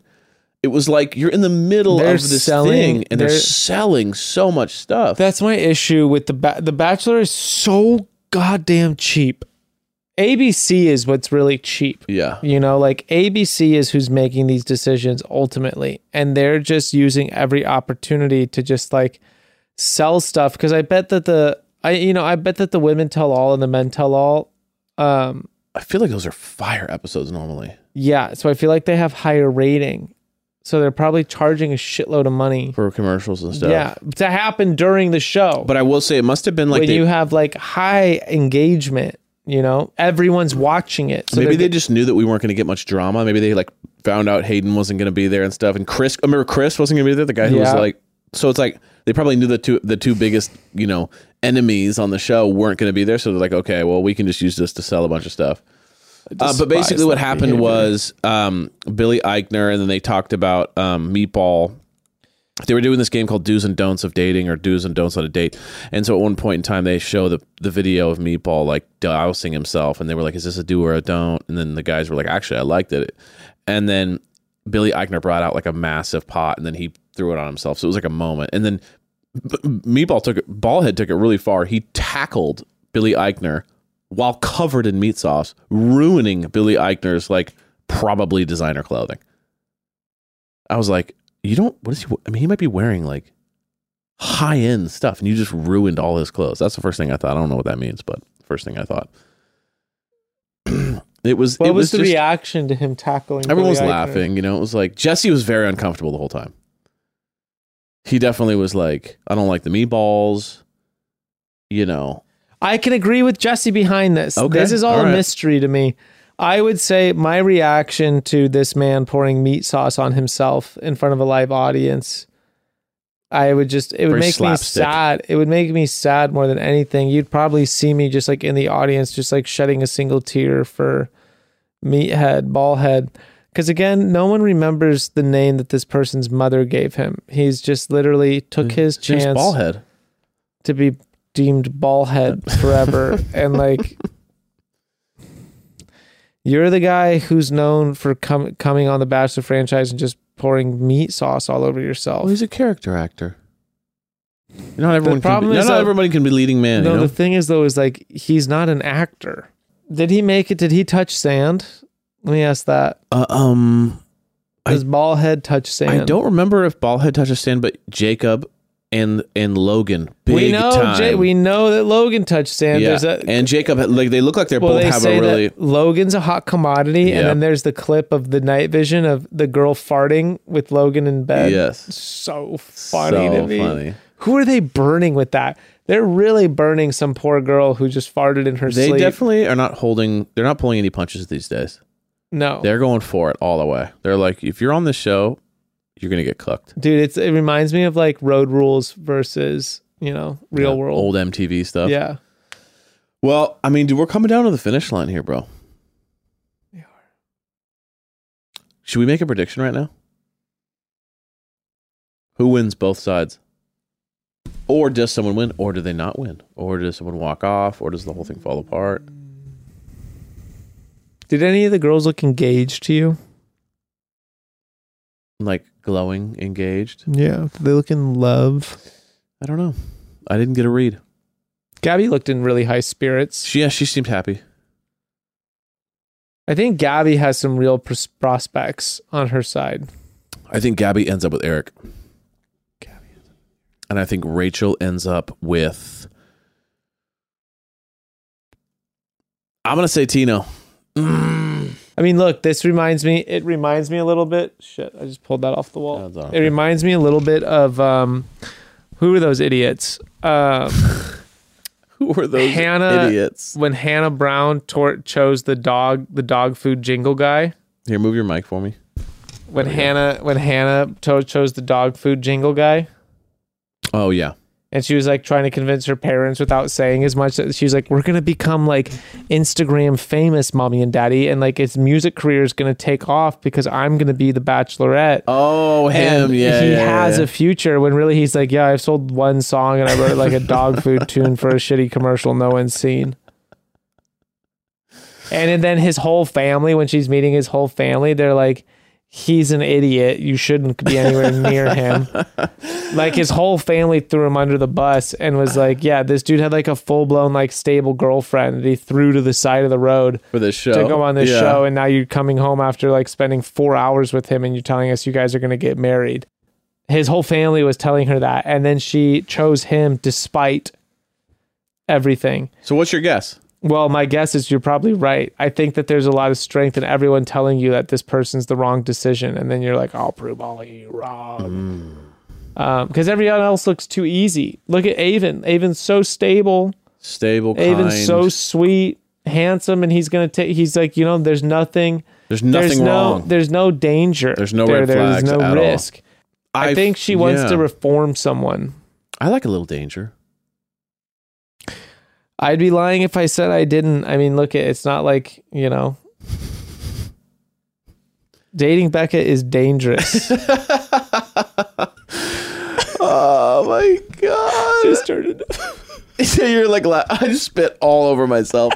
Speaker 3: It was like you're in the middle
Speaker 2: They're
Speaker 3: of this
Speaker 2: selling-
Speaker 3: thing and they're,
Speaker 2: they're-
Speaker 3: selling so much stuff.
Speaker 2: That's my issue with the ba- the Bachelor is so goddamn cheap. ABC is what's really cheap.
Speaker 3: yeah.
Speaker 2: You know, like ABC is who's making these decisions ultimately, and they're just using every opportunity to just like sell stuff because I bet that the I you know I bet that the women tell all and the men tell all. Um,
Speaker 3: I feel like those are fire episodes normally
Speaker 2: yeah, so I feel like they have higher rating, so they're probably charging a shitload of money.
Speaker 3: for commercials and stuff.
Speaker 2: Yeah, to happen during the show.
Speaker 3: But I will say it must have been like
Speaker 2: when
Speaker 3: they,
Speaker 2: you have like high engagement, you know, everyone's watching it. So
Speaker 3: maybe they
Speaker 2: they're-
Speaker 3: just knew that we weren't going to get much drama. Maybe they like found out Hayden wasn't going to be there and stuff. And Chris, remember Chris wasn't going to be there. The guy who was
Speaker 2: Yeah.
Speaker 3: like, so it's like they probably knew the two the two biggest you know enemies on the show weren't going to be there. So they're like, okay, well we can just use this to sell a bunch of stuff. Uh, but
Speaker 2: despise
Speaker 3: basically, what
Speaker 2: that
Speaker 3: happened
Speaker 2: behavior.
Speaker 3: was um, Billy Eichner, and then they talked about um, Meatball. They were doing this game called Do's and Don'ts of Dating or Do's and Don'ts on a Date. And so at one point in time, they show the, the video of Meatball like dousing himself. And they were like, is this a do or a don't? And then the guys were like, actually, I liked it. And then Billy Eichner brought out like a massive pot and then he threw it on himself. So it was like a moment. And then B- Meatball took it, Ballhead took it really far. He tackled Billy Eichner while covered in meat sauce, ruining Billy Eichner's like probably designer clothing. I was like, you don't, what is he, I mean, he might be wearing like high end stuff and you just ruined all his clothes. That's the first thing I thought. I don't know what that means, but first thing I thought. it was,
Speaker 2: what
Speaker 3: it
Speaker 2: was,
Speaker 3: was,
Speaker 2: the
Speaker 3: just,
Speaker 2: reaction to him tackling?
Speaker 3: everyone
Speaker 2: Billy
Speaker 3: was
Speaker 2: Eichner?
Speaker 3: laughing. You know, it was like Jesse was very uncomfortable the whole time. He definitely was like, I don't like the meatballs. You know,
Speaker 2: I can agree with Jesse behind this.
Speaker 3: Okay,
Speaker 2: This is all,
Speaker 3: all
Speaker 2: a
Speaker 3: right.
Speaker 2: mystery to me. I would say my reaction to this man pouring meat sauce on himself in front of a live audience. I would just it would
Speaker 3: Very
Speaker 2: make
Speaker 3: slapstick.
Speaker 2: me sad. It would make me sad more than anything. You'd probably see me just like in the audience, just like shedding a single tear for meathead, ballhead. Because again, no one remembers the name that this person's mother gave him. He's just literally took his
Speaker 3: James
Speaker 2: chance
Speaker 3: Ballhead.
Speaker 2: to be deemed ballhead forever and like you're the guy who's known for com- coming on the bachelor franchise and just pouring meat sauce all over yourself
Speaker 3: Well, he's a character actor. Not everyone.
Speaker 2: problem
Speaker 3: can be,
Speaker 2: is
Speaker 3: not,
Speaker 2: that-
Speaker 3: everybody can be leading man.
Speaker 2: no
Speaker 3: you know?
Speaker 2: the thing is though is like he's not an actor did he make it did he touch sand let me ask that
Speaker 3: uh, um, I-
Speaker 2: does ballhead touch sand
Speaker 3: I don't remember if Ballhead touched a stand, but Jacob and and Logan, big
Speaker 2: we know
Speaker 3: time.
Speaker 2: Jay, we know that logan touched sand
Speaker 3: yeah.
Speaker 2: there's that
Speaker 3: and Jacob, like they look like they are
Speaker 2: well,
Speaker 3: both
Speaker 2: they
Speaker 3: have
Speaker 2: say
Speaker 3: a really.
Speaker 2: that Logan's a hot commodity,
Speaker 3: Yeah.
Speaker 2: and then there's the clip of the night vision of the girl farting with Logan in bed.
Speaker 3: yes,
Speaker 2: So funny
Speaker 3: so
Speaker 2: to me.
Speaker 3: funny.
Speaker 2: Who are they burning with that? They're really burning some poor girl who just farted in her
Speaker 3: They
Speaker 2: sleep.
Speaker 3: definitely are not holding. They're not pulling any punches these days.
Speaker 2: no,
Speaker 3: They're going for it all the way. They're like, if you're on this show, you're gonna get cooked.
Speaker 2: dude, it's it reminds me of like Road Rules versus you know Real
Speaker 3: Yeah,
Speaker 2: World.
Speaker 3: old MTV stuff.
Speaker 2: Yeah,
Speaker 3: Well, I mean, dude, we're coming down to the finish line here, bro.
Speaker 2: We are.
Speaker 3: Should we make a prediction right now? Who wins both sides? Or does someone win, or do they not win? Or does someone walk off, or does the whole thing fall apart?
Speaker 2: Did any of the girls look engaged to you?
Speaker 3: like glowing, engaged.
Speaker 2: Yeah, they look in love.
Speaker 3: I don't know. I didn't get a read.
Speaker 2: Gabby looked in really high spirits.
Speaker 3: She, yeah, she seemed happy.
Speaker 2: I think Gabby has some real pros- prospects on her side.
Speaker 3: I think Gabby ends up with Eric.
Speaker 2: Gabby
Speaker 3: And I think Rachel ends up with. I'm going to say Tino. Mm.
Speaker 2: I mean, look, this reminds me. It reminds me a little bit. Shit, I just pulled that off the wall.
Speaker 3: That's all
Speaker 2: It
Speaker 3: right.
Speaker 2: reminds me a little bit of um, who were those idiots? Um,
Speaker 3: Who were those
Speaker 2: Hannah-
Speaker 3: idiots?
Speaker 2: when Hannah Brown tor- chose the dog, the dog food jingle guy.
Speaker 3: Here, move your mic for me.
Speaker 2: When
Speaker 3: Oh, yeah.
Speaker 2: Hannah, when Hannah to- chose the dog food jingle guy,
Speaker 3: Oh, yeah.
Speaker 2: and she was like trying to convince her parents without saying as much. She was like, "We're gonna become like Instagram famous, mommy and daddy, and like his music career is gonna take off because I'm gonna be the Bachelorette."
Speaker 3: Oh, him.
Speaker 2: and
Speaker 3: yeah.
Speaker 2: he
Speaker 3: yeah,
Speaker 2: has
Speaker 3: yeah.
Speaker 2: a future when really he's like, yeah, I've sold one song and I wrote like a dog food tune for a shitty commercial no one's seen. And, and then his whole family, when she's meeting his whole family, they're like, he's an idiot. You shouldn't be anywhere near him. Like his whole family threw him under the bus and was like, yeah, this dude had like a full blown like stable girlfriend that he threw to the side of the road
Speaker 3: for this show.
Speaker 2: to go on this
Speaker 3: Yeah.
Speaker 2: show and now you're coming home after like spending four hours with him and you're telling us you guys are going to get married his whole family was telling her that and then she chose him despite everything
Speaker 3: So, what's your guess?
Speaker 2: well my guess is you're probably right i think that there's a lot of strength in everyone telling you that this person's the wrong decision and then you're like i'll prove all of you wrong
Speaker 3: Mm.
Speaker 2: because everyone else looks too easy look at avon avon's so stable
Speaker 3: Stable, kind.
Speaker 2: avon's so sweet handsome and he's gonna take he's like you know there's nothing
Speaker 3: there's nothing
Speaker 2: there's
Speaker 3: wrong.
Speaker 2: No, there's no danger.
Speaker 3: There's no red flags
Speaker 2: There's
Speaker 3: at
Speaker 2: no
Speaker 3: all.
Speaker 2: risk. I, think she wants to reform someone.
Speaker 3: I like a little danger.
Speaker 2: I'd be lying if I said I didn't. I mean, look, it's not like you know. Dating Becca is dangerous.
Speaker 3: Oh my god!
Speaker 2: Just turned it-
Speaker 3: So you're like, la- I just spit all over myself.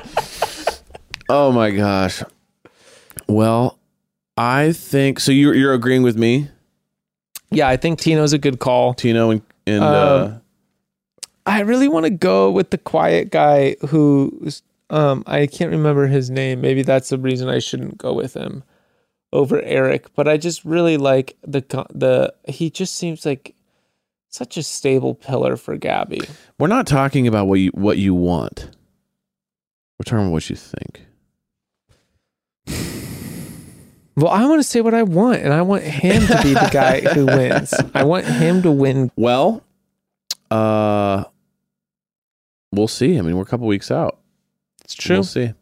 Speaker 3: oh my gosh. Well, I think so. You're you're agreeing with me,
Speaker 2: yeah, I think Tino's a good call.
Speaker 3: Tino, and and uh,
Speaker 2: Um, I really want to go with the quiet guy who um I can't remember his name. Maybe that's the reason I shouldn't go with him over Eric, but I just really like the co- the he just seems like such a stable pillar for Gabby.
Speaker 3: we're not talking about what you what you want. We're talking about what you think.
Speaker 2: Well, I want to say what I want and I want him to be the guy who wins. I want him to win.
Speaker 3: Well, uh, we'll see. I mean, we're a couple weeks out.
Speaker 2: It's true.
Speaker 3: We'll see.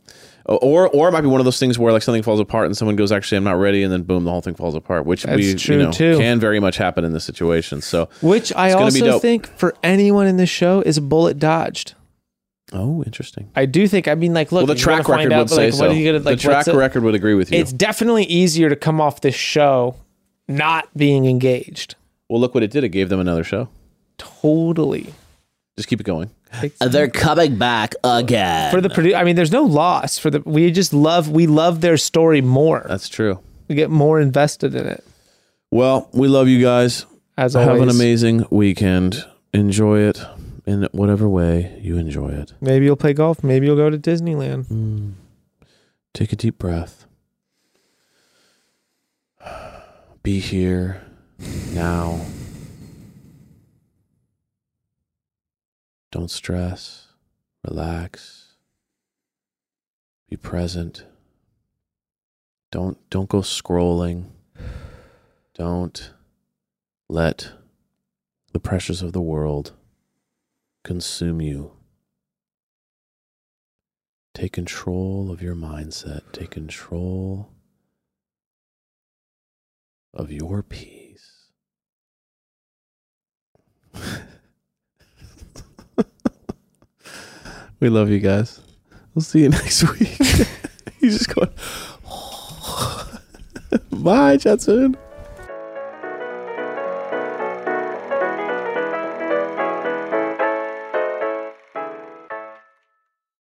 Speaker 3: O- Or or it might be one of those things where like something falls apart and someone goes, actually, I'm not ready, and then boom, the whole thing falls apart, which
Speaker 2: That's
Speaker 3: we
Speaker 2: true,
Speaker 3: you know,
Speaker 2: too.
Speaker 3: can very much happen in this situation. So,
Speaker 2: Which I
Speaker 3: It's gonna be
Speaker 2: also
Speaker 3: dope.
Speaker 2: think for anyone in this show is a bullet dodged.
Speaker 3: oh, interesting.
Speaker 2: I do think I mean like look
Speaker 3: well, the
Speaker 2: you're gonna
Speaker 3: track record
Speaker 2: find
Speaker 3: would
Speaker 2: out, but,
Speaker 3: say
Speaker 2: like,
Speaker 3: so.
Speaker 2: what are you gonna, like,
Speaker 3: the track
Speaker 2: what's it-
Speaker 3: record would agree with you.
Speaker 2: It's definitely easier to come off this show not being engaged.
Speaker 3: well, look what it did. It gave them another show.
Speaker 2: Totally.
Speaker 3: Just keep it going.
Speaker 4: Uh, They're coming back again.
Speaker 2: For the produ- I mean, there's no loss for the. We just love. We love their story more.
Speaker 3: That's true.
Speaker 2: We get more invested in it.
Speaker 3: Well, we love you guys.
Speaker 2: As
Speaker 3: Have
Speaker 2: always,
Speaker 3: an amazing weekend. Enjoy it in whatever way you enjoy it.
Speaker 2: maybe you'll play golf. Maybe you'll go to Disneyland.
Speaker 3: Mm. Take a deep breath. Be here now. Don't stress. Relax. Be present. Don't don't go scrolling. Don't let the pressures of the world consume you. Take control of your mindset. Take control of your peace. we love you guys. We'll see you next week. He's just going, bye, Jetson.